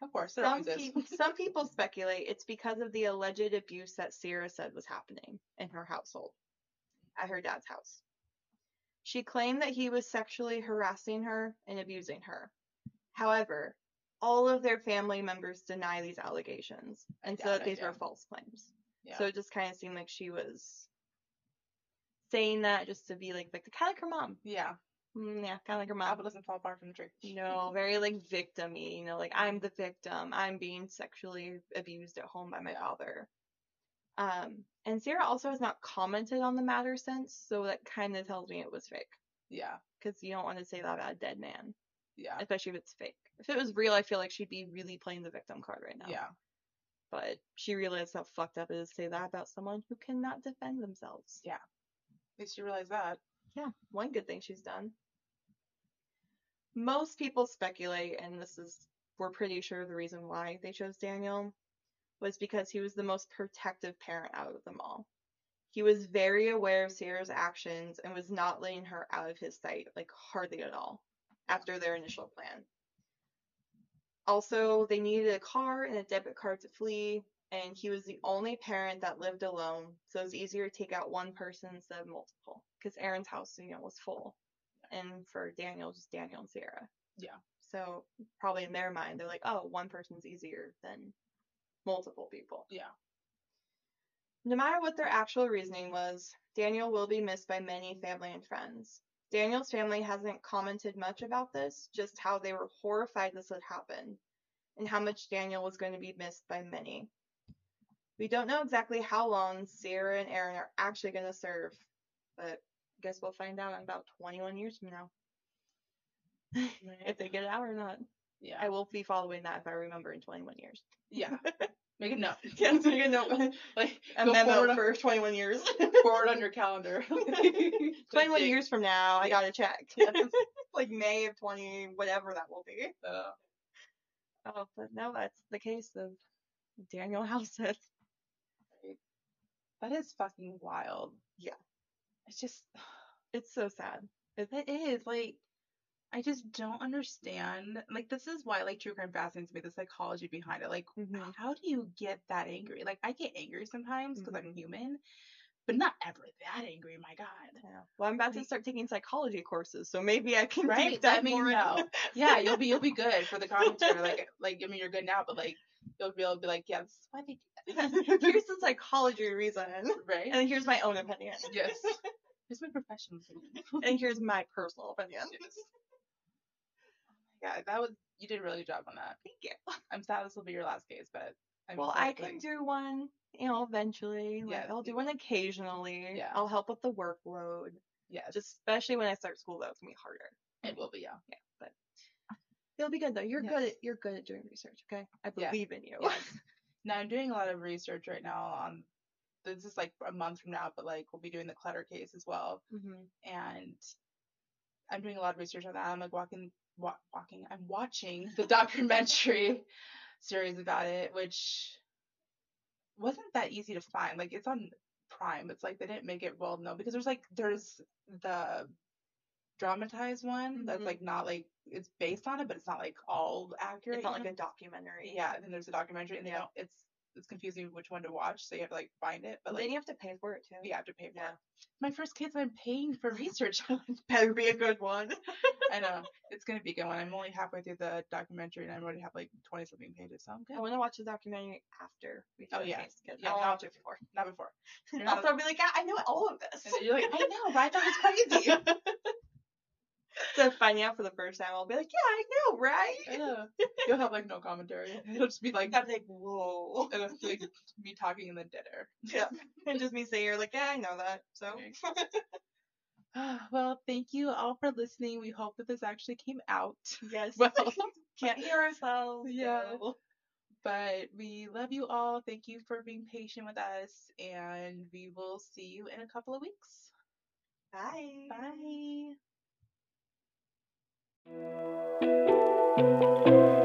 [SPEAKER 2] of course there
[SPEAKER 1] Some,
[SPEAKER 2] always is.
[SPEAKER 1] peop- some people speculate it's because of the alleged abuse that Sierra said was happening in her household, at her dad's house. She claimed that he was sexually harassing her and abusing her. However, all of their family members deny these allegations and so
[SPEAKER 2] doubt
[SPEAKER 1] that
[SPEAKER 2] it,
[SPEAKER 1] these
[SPEAKER 2] yeah.
[SPEAKER 1] were false claims.
[SPEAKER 2] Yeah.
[SPEAKER 1] So it just kind of seemed like she was saying that just to be like, like kind of like her mom.
[SPEAKER 2] [LAUGHS] yeah.
[SPEAKER 1] Mm, yeah, kind of like her mom.
[SPEAKER 2] Apple doesn't fall far from the tree.
[SPEAKER 1] No, very like victim y, you know, like I'm the victim. I'm being sexually abused at home by my father. Um, and Sarah also has not commented on the matter since, so that kind of tells me it was fake.
[SPEAKER 2] Yeah.
[SPEAKER 1] Because you don't want to say that about a dead man,
[SPEAKER 2] Yeah.
[SPEAKER 1] especially if it's fake. If it was real, I feel like she'd be really playing the victim card right now.
[SPEAKER 2] Yeah.
[SPEAKER 1] But she realized how fucked up it is to say that about someone who cannot defend themselves.
[SPEAKER 2] At least you realize that.
[SPEAKER 1] Yeah, one good thing she's done. Most people speculate, and this is, we're pretty sure the reason why they chose Daniel was because he was the most protective parent out of them all. He was very aware of Sierra's actions and was not letting her out of his sight, like hardly at all, after their initial plan. Also, they needed a car and a debit card to flee, and he was the only parent that lived alone, so it was easier to take out one person instead of multiple. Because Aaron's house, you know, was full, and for Daniel, just Daniel and Sierra.
[SPEAKER 2] Yeah.
[SPEAKER 1] So probably in their mind, they're like, "Oh, one person's easier than multiple people.
[SPEAKER 2] Yeah.
[SPEAKER 1] No matter what their actual reasoning was, Daniel will be missed by many family and friends. Daniel's family hasn't commented much about this, just how they were horrified this had happened and how much Daniel was going to be missed by many. We don't know exactly how long Sarah and Aaron are actually going to serve, but I guess we'll find out in about 21 years from now if they get out or not.
[SPEAKER 2] yeah.
[SPEAKER 1] I will be following that if I remember in 21 years.
[SPEAKER 2] [LAUGHS] yeah. Make a note.
[SPEAKER 1] [LAUGHS] Yeah, so you know,
[SPEAKER 2] [LAUGHS] like
[SPEAKER 1] a
[SPEAKER 2] go
[SPEAKER 1] memo
[SPEAKER 2] forward, on-
[SPEAKER 1] for 21 years.
[SPEAKER 2] [LAUGHS] forward on your [LAUGHS] calendar.
[SPEAKER 1] 21
[SPEAKER 2] Dig
[SPEAKER 1] years from now, I
[SPEAKER 2] Yeah.
[SPEAKER 1] gotta check. [LAUGHS]
[SPEAKER 2] Yes.
[SPEAKER 1] like May of 20, whatever that will be.
[SPEAKER 2] that up.
[SPEAKER 1] Oh, but no, that's the case of Daniel [LAUGHS] Housset.
[SPEAKER 2] That is fucking wild.
[SPEAKER 1] Yeah.
[SPEAKER 2] It's just
[SPEAKER 1] It's so sad.
[SPEAKER 2] it is like I just don't understand. Like this is why like true crime fascinates me. The psychology behind it. Like
[SPEAKER 1] Mhm.
[SPEAKER 2] how do you get that angry? Like I get angry sometimes because I'm human, but not ever that angry. My God.
[SPEAKER 1] Yeah. Well, I'm about to
[SPEAKER 2] Like-
[SPEAKER 1] start taking psychology courses, so maybe I can
[SPEAKER 2] Right?
[SPEAKER 1] [LAUGHS] deep
[SPEAKER 2] Let
[SPEAKER 1] dive
[SPEAKER 2] me
[SPEAKER 1] more into- [LAUGHS]
[SPEAKER 2] know. Yeah, you'll be you'll be good for the commentary. Like like I mean you're good now, but like you'll be able to be like yeah, this is why they do that.
[SPEAKER 1] [LAUGHS] here's the psychology reason,
[SPEAKER 2] right?
[SPEAKER 1] and here's my own opinion,
[SPEAKER 2] [LAUGHS] yes. Here's my professional opinion.
[SPEAKER 1] and here's my personal [LAUGHS] opinion.
[SPEAKER 2] Yeah, that was you did a really good job on that.
[SPEAKER 1] Thank you.
[SPEAKER 2] I'm sad this will be your last case, but I'm
[SPEAKER 1] well,
[SPEAKER 2] so
[SPEAKER 1] I
[SPEAKER 2] excited.
[SPEAKER 1] can do one, you know, eventually. Like,
[SPEAKER 2] Yes.
[SPEAKER 1] I'll do one occasionally.
[SPEAKER 2] Yeah.
[SPEAKER 1] I'll help with the workload.
[SPEAKER 2] yes,
[SPEAKER 1] Just especially when I start school, though, it's gonna be harder.
[SPEAKER 2] it will be yeah.
[SPEAKER 1] It'll be good though. You're good.
[SPEAKER 2] Yes.
[SPEAKER 1] At, you're good at doing research. Okay, I
[SPEAKER 2] Yeah.
[SPEAKER 1] believe in you. [LAUGHS]
[SPEAKER 2] Yes. Now I'm doing a lot of research right now on this is like a month from now, but like we'll be doing the clutter case as well,
[SPEAKER 1] Mhm.
[SPEAKER 2] and I'm doing a lot of research on that. I'm like walking, wa- walking. I'm watching the documentary [LAUGHS] series about it, which wasn't that easy to find. Like it's on Prime. It's like they didn't make it well known because there's like there's the dramatized one that's
[SPEAKER 1] Mhm.
[SPEAKER 2] like not like it's based on it, but it's not like all accurate.
[SPEAKER 1] It's not like
[SPEAKER 2] you know?
[SPEAKER 1] a documentary.
[SPEAKER 2] yeah. Then there's a documentary, and they
[SPEAKER 1] Yeah.
[SPEAKER 2] don't. It's it's confusing which one to watch, so you have to like find it. But
[SPEAKER 1] then
[SPEAKER 2] like
[SPEAKER 1] you have to pay for it too.
[SPEAKER 2] you have to pay for
[SPEAKER 1] Yeah.
[SPEAKER 2] it. My first case, I'm paying for research [LAUGHS] on.
[SPEAKER 1] better be a good one.
[SPEAKER 2] I know it's gonna be a good one. I'm only halfway through the documentary, and I already have like twenty something pages, so I'm
[SPEAKER 1] [LAUGHS]
[SPEAKER 2] good.
[SPEAKER 1] I want to watch the documentary after we do
[SPEAKER 2] Oh,
[SPEAKER 1] the
[SPEAKER 2] yeah.
[SPEAKER 1] case, 'cause
[SPEAKER 2] Yeah,
[SPEAKER 1] I want to
[SPEAKER 2] not-
[SPEAKER 1] watch it before.
[SPEAKER 2] Not before. [LAUGHS] You're not-
[SPEAKER 1] Also, [LAUGHS] I'll be like, yeah, I know all of
[SPEAKER 2] and
[SPEAKER 1] this.
[SPEAKER 2] then you're like, I know, but I thought it [LAUGHS] was crazy.
[SPEAKER 1] so finding out for the first time, I'll be like, yeah, I know, right?
[SPEAKER 2] I know. You'll have like no commentary. It'll just be like,
[SPEAKER 1] I'll be like, whoa. [LAUGHS]
[SPEAKER 2] it'll just be, like me talking and then dead air.
[SPEAKER 1] Yeah. and just me saying, you're like, yeah, I know that. So
[SPEAKER 2] Okay. [SIGHS] well, thank you all for listening. We hope that this actually came out.
[SPEAKER 1] yes,
[SPEAKER 2] [LAUGHS] Well,
[SPEAKER 1] can't hear [LAUGHS] ourselves.
[SPEAKER 2] Yeah.
[SPEAKER 1] so.
[SPEAKER 2] but we love you all. Thank you for being patient with us, and we will see you in a couple of weeks.
[SPEAKER 1] Bye.
[SPEAKER 2] Bye.